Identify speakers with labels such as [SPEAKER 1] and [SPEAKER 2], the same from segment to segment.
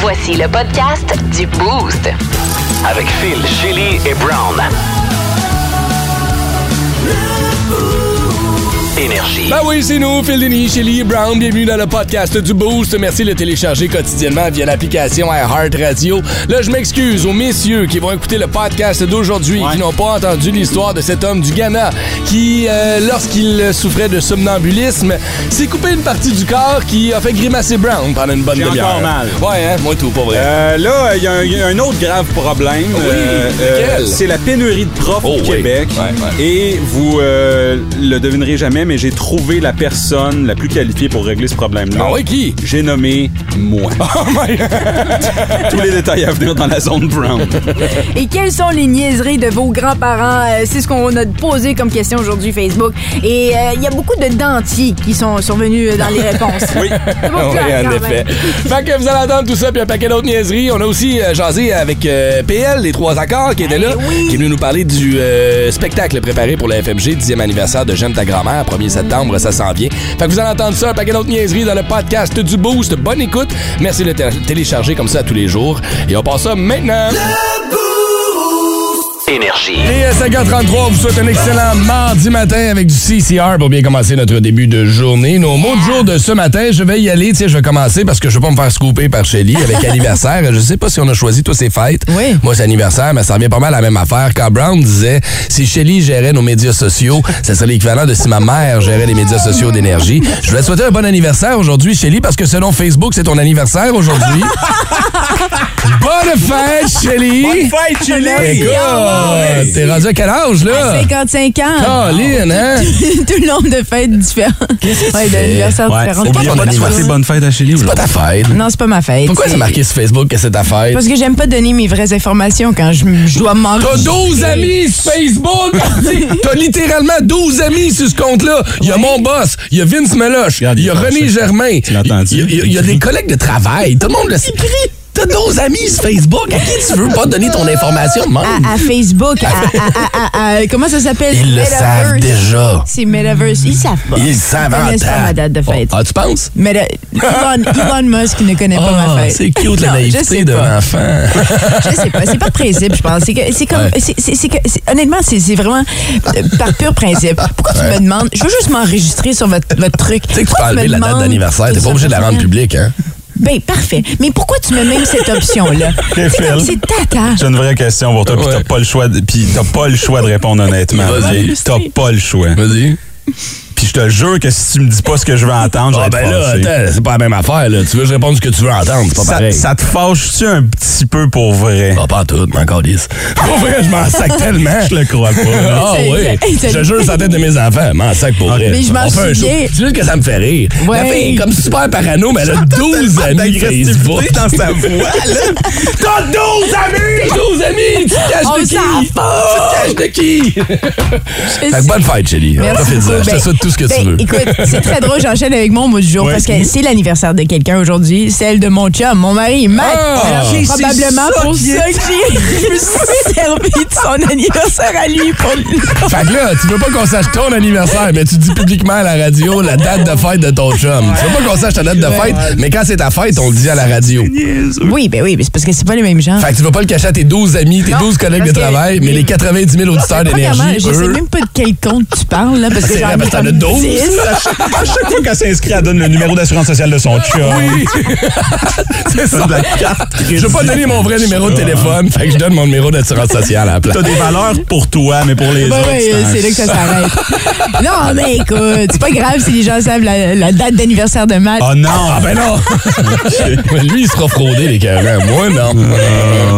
[SPEAKER 1] Voici le podcast du Boost.
[SPEAKER 2] Avec Phil, Chili et Brown. Énergie.
[SPEAKER 3] Ben oui, c'est nous, Phil Denis, Shelly Brown. Bienvenue dans le podcast du Boost. Merci de le télécharger quotidiennement via l'application iHeartRadio. Là, je m'excuse aux messieurs qui vont écouter le podcast d'aujourd'hui et qui n'ont pas entendu l'histoire de cet homme du Ghana qui, euh, lorsqu'il souffrait de somnambulisme, s'est coupé une partie du corps qui a fait grimacer Brown pendant une bonne
[SPEAKER 4] J'ai
[SPEAKER 3] demi-heure.
[SPEAKER 4] encore mal.
[SPEAKER 3] Ouais, hein, moi tout, pas vrai.
[SPEAKER 4] Euh, là, il y, a un- il y a un autre grave problème. euh,
[SPEAKER 3] Oui, lequel?
[SPEAKER 4] c'est la pénurie de profs
[SPEAKER 3] Oh,
[SPEAKER 4] au
[SPEAKER 3] oui.
[SPEAKER 4] Québec.
[SPEAKER 3] Ouais, ouais.
[SPEAKER 4] Et vous euh, le devinerez jamais, mais j'ai trouvé la personne la plus qualifiée pour régler ce problème-là.
[SPEAKER 3] Ah oui, qui?
[SPEAKER 4] J'ai nommé moi.
[SPEAKER 3] Oh my God.
[SPEAKER 4] Tous les détails à venir dans la zone brown.
[SPEAKER 5] Et quelles sont les niaiseries de vos grands-parents? Euh, c'est ce qu'on a posé comme question aujourd'hui Facebook. Et euh, il y a beaucoup de dentiers qui sont survenus euh, dans les réponses.
[SPEAKER 4] Oui.
[SPEAKER 5] C'est
[SPEAKER 3] Oui,
[SPEAKER 5] beaucoup, quand
[SPEAKER 3] en
[SPEAKER 5] même.
[SPEAKER 3] effet. Fait que vous allez entendre tout ça puis un paquet d'autres niaiseries. On a aussi euh, jasé avec euh, PL, les trois accords qui étaient
[SPEAKER 5] Ben
[SPEAKER 3] là, qui est venu nous parler du euh, spectacle préparé pour la FMG, 10e anniversaire de J'aime ta grand-mère, 1er septembre, ça s'en vient. Fait que vous allez entendre ça, un paquet d'autres niaiseries dans le podcast du Boost. Bonne écoute. Merci de le tél- télécharger comme ça tous les jours. Et on passe ça maintenant.
[SPEAKER 2] Énergie.
[SPEAKER 3] Et euh, à 5h33, on vous souhaite un excellent mardi matin avec du CCR pour bien commencer notre début de journée. Nos mots de jour de ce matin, je vais y aller. Tiens, je vais commencer parce que je veux pas me faire scooper par Shelly avec anniversaire. Je sais pas si on a choisi tous ces fêtes.
[SPEAKER 5] Oui.
[SPEAKER 3] Moi, c'est anniversaire, mais ça revient pas mal à la même affaire. Quand Brown disait, si Shelly gérait nos médias sociaux, ça serait l'équivalent de si ma mère gérait les médias sociaux d'énergie. Je voulais te souhaiter un bon anniversaire aujourd'hui, Shelly, parce que selon Facebook, c'est ton anniversaire aujourd'hui. Bonne fête, Shelly!
[SPEAKER 4] Fight,
[SPEAKER 3] Hey, Ah,
[SPEAKER 4] Chili!
[SPEAKER 3] gars, T'es rendu à quel âge, là?
[SPEAKER 5] 55 ans.
[SPEAKER 3] Caroline, hein?
[SPEAKER 5] Tout le nombre de fêtes différentes. Ouais, d'anniversaires différents.
[SPEAKER 3] Oublie
[SPEAKER 5] C'est pas
[SPEAKER 3] pas de
[SPEAKER 5] mon
[SPEAKER 3] souhaiter
[SPEAKER 5] anniversaire.
[SPEAKER 4] bonne fête à Chili.
[SPEAKER 3] C'est pas ta fête.
[SPEAKER 5] Non, c'est pas ma fête.
[SPEAKER 3] Pourquoi
[SPEAKER 5] C'est-
[SPEAKER 3] c'est marqué sur Facebook que c'est ta fête?
[SPEAKER 5] Parce que j'aime pas donner mes vraies informations quand je, je dois m'en.
[SPEAKER 3] T'as 12 amis sur Facebook! T'as littéralement 12 amis sur ce compte-là! Il y a mon boss, il y a Vince Meloche,
[SPEAKER 4] Regarde,
[SPEAKER 3] il y a
[SPEAKER 4] il est
[SPEAKER 3] René
[SPEAKER 4] fâché.
[SPEAKER 3] Germain, il
[SPEAKER 4] l'as entendu?
[SPEAKER 3] y a- il y a- il y a des collègues de travail, tout le monde le sait. T'as 12 amis sur Facebook, à qui tu veux pas donner ton information, man?
[SPEAKER 5] À, à Facebook, à, à- à- à- à- comment ça s'appelle?
[SPEAKER 3] Ils le savent
[SPEAKER 5] Metaverse.
[SPEAKER 3] déjà.
[SPEAKER 5] C'est Metaverse. Ils savent pas.
[SPEAKER 3] Ils savent en
[SPEAKER 5] connaissent pas
[SPEAKER 3] temps.
[SPEAKER 5] ma date de fête.
[SPEAKER 3] Ah, tu penses?
[SPEAKER 5] Mais le- Elon, Elon Musk ne connaît pas
[SPEAKER 3] Ah,
[SPEAKER 5] ma fête.
[SPEAKER 3] C'est cute la
[SPEAKER 5] Non, je
[SPEAKER 3] naïveté
[SPEAKER 5] sais
[SPEAKER 3] de
[SPEAKER 5] pas.
[SPEAKER 3] l'enfant.
[SPEAKER 5] Je sais pas. C'est pas de principe, je pense. C'est que- c'est comme.
[SPEAKER 3] Ouais.
[SPEAKER 5] c'est- c'est- c'est que- c'est- honnêtement, c'est c'est vraiment euh, par pur principe. Pourquoi tu me demandes? Je veux juste m'enregistrer sur votre, votre truc.
[SPEAKER 3] Tu sais que tu peux
[SPEAKER 5] Pourquoi
[SPEAKER 3] enlever
[SPEAKER 5] me
[SPEAKER 3] la date
[SPEAKER 5] demandes
[SPEAKER 3] d'anniversaire, t'es
[SPEAKER 5] tout
[SPEAKER 3] pas obligé de la
[SPEAKER 5] ça?
[SPEAKER 3] rendre publique, hein?
[SPEAKER 5] Ben, parfait. Mais pourquoi tu me mets même cette option-là?
[SPEAKER 4] Hey,
[SPEAKER 5] C'est
[SPEAKER 4] Phil.
[SPEAKER 5] comme- c'est tata.
[SPEAKER 4] J'ai une vraie question pour toi, puis
[SPEAKER 3] Ouais.
[SPEAKER 4] t'as pas le choix, de- puis t'as pas le choix de répondre honnêtement.
[SPEAKER 3] Vas-y.
[SPEAKER 4] T'as pas le choix.
[SPEAKER 3] Vas-y.
[SPEAKER 4] Puis je te jure que si tu me dis pas ce que je veux entendre, je vais
[SPEAKER 3] Ah
[SPEAKER 4] être
[SPEAKER 3] ben là,
[SPEAKER 4] fâché.
[SPEAKER 3] attends, c'est pas la même affaire, là. Tu veux que je réponde ce que tu veux entendre, c'est pas
[SPEAKER 4] ça,
[SPEAKER 3] pareil.
[SPEAKER 4] ça te fâche-tu un petit peu pour vrai?
[SPEAKER 3] Ah, pas en tout, mais encore 10. Pour vrai, je m'en sac tellement.
[SPEAKER 4] Je le crois pas.
[SPEAKER 3] Ah oui,
[SPEAKER 5] Hey,
[SPEAKER 3] je
[SPEAKER 5] salut.
[SPEAKER 3] te jure sur la tête de mes enfants, m'en sac pour vrai.
[SPEAKER 5] Mais je m'en
[SPEAKER 3] On fait un show.
[SPEAKER 5] souviens.
[SPEAKER 3] C'est juste que ça me fait rire. La
[SPEAKER 5] Ouais.
[SPEAKER 3] fille est comme super parano, mais elle a 12 amis Facebook.
[SPEAKER 4] dans sa voix, là.
[SPEAKER 3] T'as 12 amis! 12 amis! Tu te caches
[SPEAKER 5] On
[SPEAKER 3] de qui?
[SPEAKER 5] s'en
[SPEAKER 3] Tu te caches de qui? Fait que bonne fête, Chélie.
[SPEAKER 5] Merci
[SPEAKER 3] Profite-en.
[SPEAKER 5] beaucoup.
[SPEAKER 3] Je te
[SPEAKER 5] Ben,
[SPEAKER 3] souhaite tout ce que tu
[SPEAKER 5] ben,
[SPEAKER 3] veux.
[SPEAKER 5] Écoute, c'est très drôle, j'enchaîne avec mon mot du jour
[SPEAKER 4] Ouais.
[SPEAKER 5] parce que c'est l'anniversaire de quelqu'un aujourd'hui, celle de mon chum, mon mari, Matt.
[SPEAKER 3] Ah!
[SPEAKER 5] Alors,
[SPEAKER 3] Ok, c'est
[SPEAKER 5] probablement
[SPEAKER 3] ça
[SPEAKER 5] pour
[SPEAKER 3] qui est-
[SPEAKER 5] ça que j'ai- je me suis servi de son anniversaire à lui pour le-
[SPEAKER 3] Fait que là, tu veux pas qu'on sache ton anniversaire, mais tu dis publiquement à la radio la date de fête de ton chum. Tu veux pas qu'on sache ta date de fête, mais quand c'est ta fête, on le dit à la radio.
[SPEAKER 5] Oui, ben oui, mais c'est parce que c'est pas les mêmes gens.
[SPEAKER 3] Fait que tu veux pas le cacher à tes 12 amis, tes
[SPEAKER 5] Non,
[SPEAKER 3] 12 collègues de
[SPEAKER 5] parce que-
[SPEAKER 3] travail, mais les 90 000 auditeurs
[SPEAKER 5] Premièrement,
[SPEAKER 3] d'énergie,
[SPEAKER 5] je sais
[SPEAKER 3] eux... Ah,
[SPEAKER 5] même pas de quel compte tu parles, là, parce que
[SPEAKER 3] C'est
[SPEAKER 5] j'en
[SPEAKER 3] vrai,
[SPEAKER 5] ai
[SPEAKER 3] parce que t'en as
[SPEAKER 5] comme
[SPEAKER 3] 12.
[SPEAKER 5] 10.
[SPEAKER 4] À chaque fois qu'elle s'inscrit, elle donne le numéro d'assurance sociale de son chum.
[SPEAKER 3] Oui! c'est ça. Je veux pas donner mon vrai numéro de téléphone, fait que je donne mon numéro d'assurance sociale à la place.
[SPEAKER 4] T'as des valeurs pour toi, mais pour les
[SPEAKER 5] Ben
[SPEAKER 4] autres.
[SPEAKER 5] oui,
[SPEAKER 4] un-
[SPEAKER 5] c'est là que ça s'arrête. non, mais écoute, c'est pas grave si les gens savent la, la date d'anniversaire de Matt.
[SPEAKER 4] Oh non!
[SPEAKER 3] Ah ben non! Mais Lui, il sera fraudé, les carrés. Moi, non.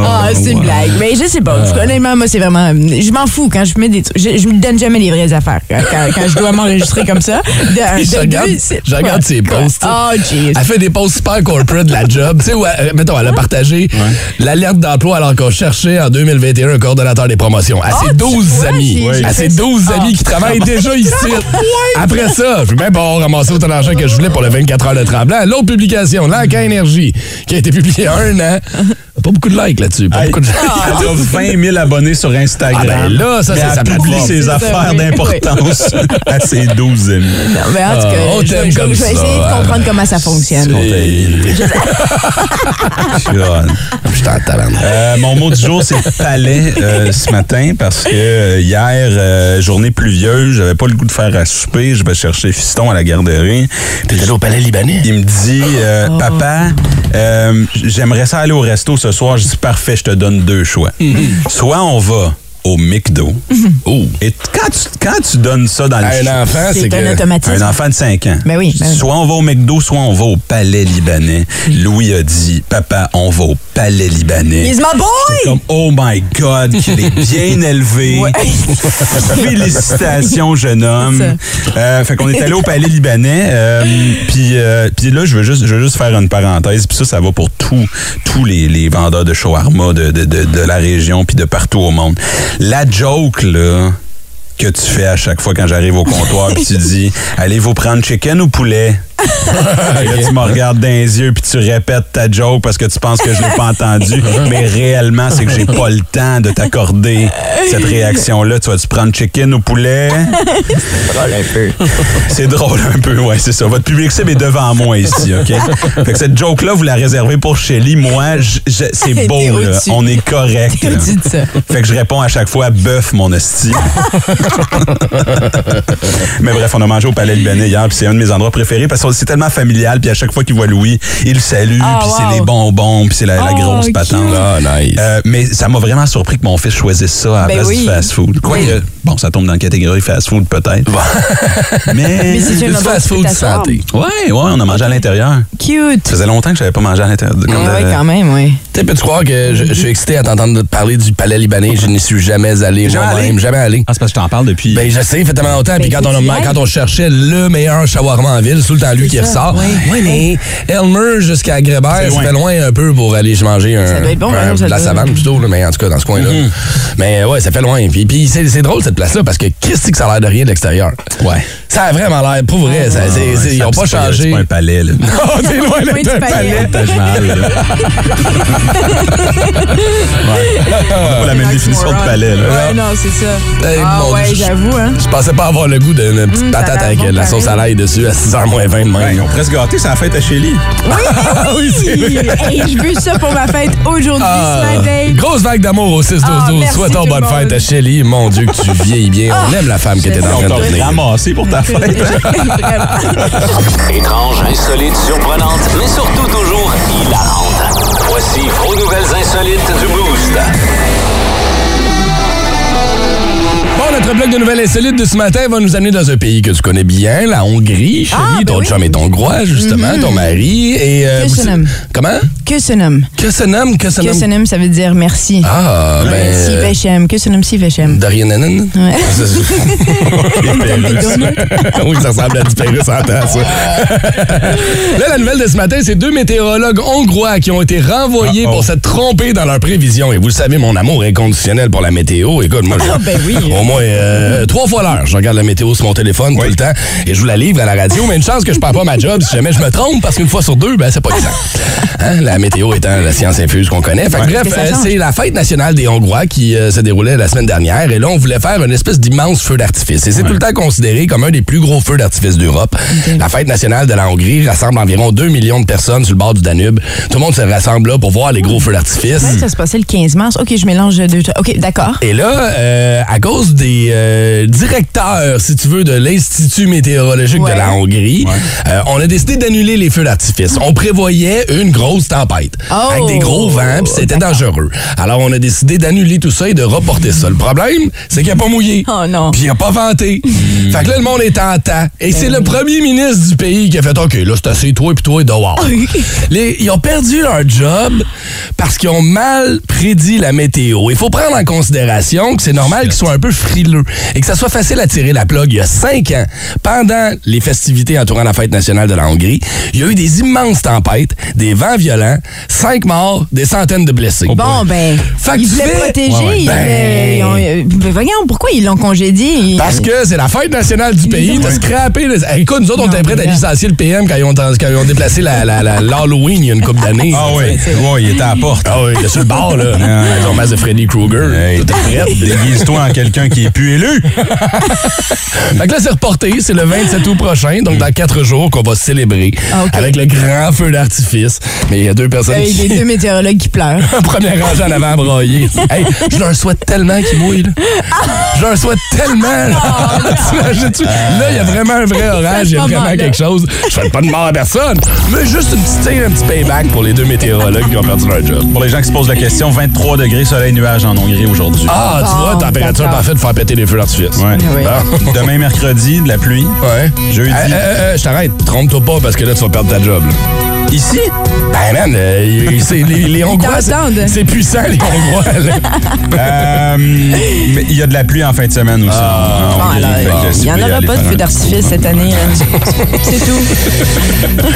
[SPEAKER 5] Ah,
[SPEAKER 4] Euh,
[SPEAKER 3] ben
[SPEAKER 5] c'est une blague. Mais je sais pas. En tout
[SPEAKER 3] Euh.
[SPEAKER 5] cas, Honnêtement, moi, c'est vraiment. Je m'en fous quand je mets des. trucs. Je, je me donne jamais les vraies affaires quand, quand- quand je dois m'enregistrer comme ça. De,
[SPEAKER 3] Je
[SPEAKER 5] de
[SPEAKER 3] regarde-
[SPEAKER 5] deux, c'est-
[SPEAKER 3] je regarde
[SPEAKER 5] quoi?
[SPEAKER 3] ses
[SPEAKER 5] Quoi?
[SPEAKER 3] posts. Ah,
[SPEAKER 5] Oh, jeez.
[SPEAKER 3] Elle fait des posts super corporate de la job. Tu sais, où elle- mettons, elle a partagé l'alerte d'emploi alors qu'on cherchait en 2021 un coordonnateur des promotions. À ses
[SPEAKER 5] Ah, tu
[SPEAKER 3] 12
[SPEAKER 5] vois,
[SPEAKER 3] amis.
[SPEAKER 5] j'ai- Oui. j'ai
[SPEAKER 3] À ses
[SPEAKER 5] fait
[SPEAKER 3] 12
[SPEAKER 5] ça. Ah.
[SPEAKER 3] amis qui travaillent déjà ici. Après ça, je vais même pas ramasser autant d'argent que je voulais pour le 24 heures de tremblant. L'autre publication, l'enquête énergie, qui a été publiée il y a un an. Pas beaucoup de likes là-dessus. Pas
[SPEAKER 6] Hey,
[SPEAKER 3] beaucoup de likes.
[SPEAKER 5] Ah.
[SPEAKER 6] Elle a 20 000 abonnés sur Instagram.
[SPEAKER 3] Ah, ben là, ça,
[SPEAKER 6] Mais
[SPEAKER 3] c'est sa
[SPEAKER 6] Elle publie
[SPEAKER 3] plateforme.
[SPEAKER 6] ses affaires d'importance à ses 12 amis.
[SPEAKER 5] Non, mais Ben, en tout cas,
[SPEAKER 3] Ah, on
[SPEAKER 5] je-
[SPEAKER 3] t'aime
[SPEAKER 5] je,
[SPEAKER 3] comme
[SPEAKER 5] je vais
[SPEAKER 3] ça.
[SPEAKER 5] essayer de comprendre comment ça fonctionne.
[SPEAKER 3] Je suis en tabarnak.
[SPEAKER 6] Euh, mon mot du jour, c'est palais euh, ce matin parce que euh, hier, euh, journée pluvieuse, j'avais pas le goût de faire à souper. Je vais chercher Fiston à la garderie. Puis
[SPEAKER 3] T'es allé au palais libanais?
[SPEAKER 6] il me dit, euh,
[SPEAKER 5] Oh.
[SPEAKER 6] papa, euh, j'aimerais ça aller au resto ce soir. Je dis, parfait, je te donne deux choix. Soit on va au McDo.
[SPEAKER 3] Oh.
[SPEAKER 6] Et quand tu, quand tu donnes ça dans le
[SPEAKER 3] À
[SPEAKER 6] chou-
[SPEAKER 3] un enfant, c'est
[SPEAKER 5] C'est
[SPEAKER 3] que.
[SPEAKER 5] un automatisme.
[SPEAKER 6] un enfant de 5 ans.
[SPEAKER 5] Ben oui, ben oui.
[SPEAKER 6] Soit on va au McDo, soit on va au Palais libanais. Louis a dit, papa, on va au Palais libanais.
[SPEAKER 5] He's my
[SPEAKER 6] J'étais
[SPEAKER 5] boy!
[SPEAKER 6] comme, oh my God, qu'il est bien élevé.
[SPEAKER 5] Ouais.
[SPEAKER 6] Félicitations, jeune homme. Euh, fait qu'on est allé au palais libanais. euh, puis, euh, puis là, je veux juste, je veux juste faire une parenthèse. Puis ça, ça va pour tous, tous les, les vendeurs de shawarma de, de, de, de la région puis de partout au monde. La joke, là que tu fais à chaque fois quand j'arrive au comptoir puis tu dis allez-vous prendre chicken ou poulet et là, tu me regardes dans les yeux puis tu répètes ta joke parce que tu penses que je l'ai pas entendu. Mais réellement, c'est que j'ai pas le temps de t'accorder cette réaction-là. Tu vas-tu prendre chicken ou poulet? C'est drôle un peu, ouais, c'est ça. Votre public cible est devant moi ici, OK? Fait que cette joke-là, vous la réservez pour Shelly. Moi, je- je- c'est
[SPEAKER 5] T'es
[SPEAKER 6] beau, là.
[SPEAKER 5] au-dessus.
[SPEAKER 6] On est correct. là.
[SPEAKER 5] Dis ça.
[SPEAKER 6] Fait que je réponds à chaque fois bœuf, mon hostie. Mais bref, on a mangé au Palais Libanais hier, puis c'est un de mes endroits préférés parce que c'est tellement familial, puis à chaque fois qu'il voit Louis, il le salue,
[SPEAKER 5] Ah,
[SPEAKER 6] puis
[SPEAKER 5] wow.
[SPEAKER 6] c'est les bonbons, puis c'est la, la
[SPEAKER 5] Oh,
[SPEAKER 6] grosse
[SPEAKER 5] cute.
[SPEAKER 6] patente.
[SPEAKER 3] Ah, nice.
[SPEAKER 6] Euh, mais ça m'a vraiment surpris que mon fils choisisse ça à la
[SPEAKER 5] Ben
[SPEAKER 6] place
[SPEAKER 5] oui.
[SPEAKER 6] du fast-food. Quoique, bon, ça tombe dans la catégorie fast-food peut-être. mais...
[SPEAKER 5] Mais c'est
[SPEAKER 3] Du
[SPEAKER 5] un endroit où tu
[SPEAKER 3] fast-food
[SPEAKER 5] peux t'asseoir.
[SPEAKER 3] santé.
[SPEAKER 6] Ouais, ouais, on a mangé à l'intérieur. Ça
[SPEAKER 5] Cute.
[SPEAKER 6] faisait longtemps que j'avais pas mangé à l'intérieur.
[SPEAKER 5] Oui,
[SPEAKER 6] comme de-
[SPEAKER 5] quand même, oui.
[SPEAKER 3] Tu sais, peux-tu croire que je, je suis excité à t'entendre parler du palais libanais? Je n'y suis jamais allé
[SPEAKER 6] Jamais
[SPEAKER 3] moi-même,
[SPEAKER 6] allé?
[SPEAKER 3] jamais allé.
[SPEAKER 6] Ah, c'est parce que je t'en parle depuis...
[SPEAKER 3] Ben, je sais, fait tellement longtemps. Puis
[SPEAKER 5] Ben,
[SPEAKER 3] quand, on
[SPEAKER 5] faut
[SPEAKER 3] a-
[SPEAKER 5] que tu
[SPEAKER 3] quand on cherchait le meilleur shawarma en ville, c'est tout le temps lui qui
[SPEAKER 5] ça,
[SPEAKER 3] ressort.
[SPEAKER 5] oui.
[SPEAKER 3] Ouais, mais Elmer jusqu'à Grébert,
[SPEAKER 6] C'est
[SPEAKER 3] ça
[SPEAKER 6] loin.
[SPEAKER 3] fait loin un peu pour aller manger un,
[SPEAKER 5] Ça doit être bon,
[SPEAKER 3] un-
[SPEAKER 5] non, ça
[SPEAKER 3] de la
[SPEAKER 5] doit-
[SPEAKER 3] savane plutôt, là, mais en tout cas, dans ce coin-là. Mais euh, ouais, ça fait loin. Puis, puis c'est c'est drôle, cette place-là, parce que Christy, que ça a l'air de rien de l'extérieur.
[SPEAKER 6] Ouais.
[SPEAKER 3] Ça a vraiment l'air, pour vrai, ça- c'est- c'est- ils
[SPEAKER 6] Ça,
[SPEAKER 3] n'ont pas
[SPEAKER 6] c'est c'est
[SPEAKER 3] changé.
[SPEAKER 6] pas un palais, là.
[SPEAKER 3] Oh, c'est loin
[SPEAKER 5] Loin du
[SPEAKER 3] d'être un
[SPEAKER 5] palais.
[SPEAKER 3] palais.
[SPEAKER 6] Taj Mahal, là. Ouais. On n'a pas la même définition de palais, là.
[SPEAKER 5] Ouais, non, c'est ça.
[SPEAKER 3] Hey,
[SPEAKER 5] ah
[SPEAKER 3] mon
[SPEAKER 5] ouais,
[SPEAKER 3] Dieu.
[SPEAKER 5] j'avoue, hein.
[SPEAKER 3] Je pensais pas avoir le goût d'une petite
[SPEAKER 5] Mmh, ça a
[SPEAKER 3] patate
[SPEAKER 5] l'air
[SPEAKER 3] avec
[SPEAKER 5] bon
[SPEAKER 3] euh, de la
[SPEAKER 5] pareil.
[SPEAKER 3] sauce à l'ail dessus à 6h moins 20 de
[SPEAKER 6] Ouais, ils
[SPEAKER 3] même.
[SPEAKER 6] ont presque gâté sa fête à Chélie.
[SPEAKER 3] Ah oui, c'est vrai.
[SPEAKER 5] Hey, je veux ça pour ma fête aujourd'hui,
[SPEAKER 3] Ah,
[SPEAKER 5] ce matin.
[SPEAKER 3] grosse vague d'amour au 6-12-12.
[SPEAKER 5] Ah, merci
[SPEAKER 3] Souhaitons
[SPEAKER 5] tout le
[SPEAKER 3] bonne
[SPEAKER 5] monde. Ah,
[SPEAKER 3] fête à Shelly. Mon Dieu, que tu vieillis bien. On aime la femme que t'es
[SPEAKER 6] Ils
[SPEAKER 3] en train de
[SPEAKER 6] ont
[SPEAKER 3] devenir.
[SPEAKER 6] ramassé pour ta fête.
[SPEAKER 2] Étrange, insolite, surprenante, mais surtout toujours hilarante. Voici vos nouvelles insolites du Boost.
[SPEAKER 3] Bon, notre bloc de nouvelles insolites de ce matin va nous amener dans un pays que tu connais bien, la Hongrie. Shelly,
[SPEAKER 5] ben
[SPEAKER 3] ton
[SPEAKER 5] oui. Mhm.
[SPEAKER 3] chum et ton groix, justement, ton mari. Et, euh,
[SPEAKER 5] Que
[SPEAKER 3] vous-
[SPEAKER 5] se nomme.
[SPEAKER 3] Comment?
[SPEAKER 5] Que se nomme?
[SPEAKER 3] Que se nomme? Que se
[SPEAKER 5] Que
[SPEAKER 3] nomme?
[SPEAKER 5] se nomme, ça veut dire merci.
[SPEAKER 3] Ah, ben...
[SPEAKER 5] Si
[SPEAKER 3] euh,
[SPEAKER 5] Vechem, que se nomme si Vechem.
[SPEAKER 3] Darien Nanan?
[SPEAKER 5] Ouais.
[SPEAKER 3] ben, oui, ça ressemble à du Pérus en temps, ça. Là, la nouvelle de ce matin, c'est deux météorologues hongrois qui ont été renvoyés
[SPEAKER 6] Uh-oh.
[SPEAKER 3] pour s'être trompés dans leurs prévisions. Et vous le savez, mon amour inconditionnel pour la météo. Écoute, moi, je-
[SPEAKER 5] ben oui.
[SPEAKER 3] au moins euh, trois fois l'heure, je regarde la météo sur mon téléphone tout le temps et je vous la livre à la radio. Mais une chance que je perds pas ma job si jamais je me trompe, parce qu'une fois sur deux, ben, c'est pas exact. Hein, La météo étant la science infuse qu'on connaît. Fait que bref,
[SPEAKER 5] Parce que ça
[SPEAKER 3] euh,
[SPEAKER 5] change.
[SPEAKER 3] c'est c'est la fête nationale des Hongrois qui euh, se déroulait la semaine dernière. Et là, on voulait faire une espèce d'immense feu d'artifice. Et c'est tout le temps considéré comme un des plus gros feux d'artifice d'Europe. La fête nationale de la Hongrie rassemble environ 2 millions de personnes sur le bord du Danube. Tout le monde se rassemble là pour voir les gros feux d'artifice.
[SPEAKER 5] Ouais, Ça se passait le 15 mars. OK, je mélange deux. trucs. OK, d'accord.
[SPEAKER 3] Et là, euh, à cause des euh, directeurs, si tu veux, de l'Institut météorologique
[SPEAKER 5] Ouais.
[SPEAKER 3] de la Hongrie, euh, on a décidé d'annuler les feux d'artifice. On prévoyait une grosse tempête
[SPEAKER 5] Oh!
[SPEAKER 3] avec des gros vents, puis c'était dangereux. Alors, on a décidé d'annuler tout ça et de reporter ça. Le problème, c'est qu'il n'a pas mouillé.
[SPEAKER 5] Oh non.
[SPEAKER 3] Puis il n'a pas venté. Fait que là, le monde est en temps. Et c'est le premier ministre du pays qui a fait OK, là, c'est assez toi puis toi dehors. Les- ils ont perdu leur job parce qu'ils ont mal prédit la météo. Il faut prendre en considération que c'est normal qu'ils soient un peu frileux frileux et que ça soit facile à tirer la plug il y a cinq ans, pendant les festivités entourant la fête nationale de la Hongrie, il y a eu des immenses tempêtes, des vents violents, cinq morts, des centaines de blessés.
[SPEAKER 5] Bon, ben,
[SPEAKER 3] Fait que
[SPEAKER 5] ils
[SPEAKER 3] tu
[SPEAKER 5] voulaient
[SPEAKER 3] fais-
[SPEAKER 5] protéger.
[SPEAKER 3] Ouais, ouais.
[SPEAKER 5] ils voulaient-
[SPEAKER 3] Ben-
[SPEAKER 5] ils ont- euh, ben, voyons, pourquoi ils l'ont congédié? Ils-
[SPEAKER 3] Parce que c'est la fête nationale du pays. T'as scrappé. les- Hey, Eh, Écoute, nous autres, on était prêts à licencier le PM quand ils ont, quand ils ont déplacé la- la- la- l'Halloween il y a une couple d'années.
[SPEAKER 6] Ah oui, ouais, il était à la porte.
[SPEAKER 3] Ah oui, il est sur le bord, là. Avec son masque de Freddy Krueger.
[SPEAKER 6] Hey,
[SPEAKER 3] Tout est prêt.
[SPEAKER 6] Déguise-toi en quelqu'un qui est plus élu.
[SPEAKER 3] Fait que là, c'est reporté. C'est le 27 août prochain, donc dans quatre jours, qu'on va célébrer
[SPEAKER 5] Ah, ok.
[SPEAKER 3] avec le grand feu d'artifice. Mais il y a deux personnes
[SPEAKER 5] Avec
[SPEAKER 3] qui...
[SPEAKER 5] les deux météorologues qui pleurent.
[SPEAKER 3] un premier rangé en avant à broyer. Hey, je leur souhaite tellement qu'ils mouillent. là. Je leur souhaite tellement. Là, T'imagines-tu? Là, il y a vraiment un vrai orage, il y a
[SPEAKER 5] pas
[SPEAKER 3] vraiment
[SPEAKER 5] mal, là.
[SPEAKER 3] quelque chose. Je souhaite pas de mort à personne. Mais juste une petite, un petit payback pour les deux météorologues qui ont perdu leur job.
[SPEAKER 6] Pour les gens qui se posent la question, 23 degrés, soleil, nuage en Hongrie aujourd'hui.
[SPEAKER 3] Ah, tu vois,
[SPEAKER 5] Bon,
[SPEAKER 3] température
[SPEAKER 5] d'accord.
[SPEAKER 3] parfaite pour faire péter les feux d'artifice.
[SPEAKER 6] Ah Ouais.
[SPEAKER 5] Oui.
[SPEAKER 3] Bon.
[SPEAKER 6] Demain, mercredi, de la pluie.
[SPEAKER 3] Ouais.
[SPEAKER 6] Jeudi.
[SPEAKER 3] Euh, euh, euh, je t'arrête. Trompe-toi pas parce que là, tu vas perdre ta job. là.
[SPEAKER 6] Ici?
[SPEAKER 3] Ben, man, euh, y- y- c'est- les, les Hongrois, c'est-
[SPEAKER 5] t'entendent.
[SPEAKER 3] c'est puissant, les Hongrois. là.
[SPEAKER 6] Euh, mais il y a de la pluie en fin de semaine aussi.
[SPEAKER 3] Ah,
[SPEAKER 6] En
[SPEAKER 5] Bon,
[SPEAKER 6] Hongrie.
[SPEAKER 3] ben,
[SPEAKER 5] alors,
[SPEAKER 6] Fait que si
[SPEAKER 5] il n'y
[SPEAKER 6] vous
[SPEAKER 5] en
[SPEAKER 6] voulez
[SPEAKER 5] aura
[SPEAKER 6] aller
[SPEAKER 5] pas de
[SPEAKER 6] faire
[SPEAKER 5] feu
[SPEAKER 6] un-
[SPEAKER 5] d'artifice cette année. là. C'est tout.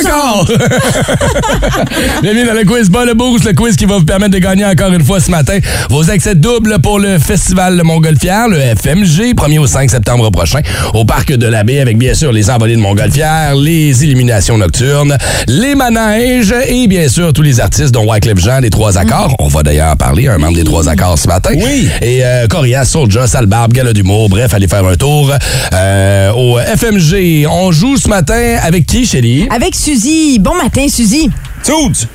[SPEAKER 3] Encore! Bienvenue dans le quiz Bas le Boost, le quiz qui va vous permettre de gagner encore une fois ce matin vos accès doubles pour le Festival de Montgolfière, le FMG, 1er au 5 septembre prochain, au Parc de la Baie, avec bien sûr les envolées de Montgolfière, les illuminations nocturnes, les manèges et bien sûr tous les artistes dont Wyclef Jean, les Trois Accords. On va d'ailleurs en parler à un membre des Trois Accords ce matin.
[SPEAKER 6] Oui.
[SPEAKER 3] Et euh, Coria, Soulja, Salbarbe, Gala d'humour, bref, allez faire un tour euh, au FMG. On joue ce matin avec qui, chérie?
[SPEAKER 5] Avec Suzy. Bon matin, Suzy.
[SPEAKER 6] Toots!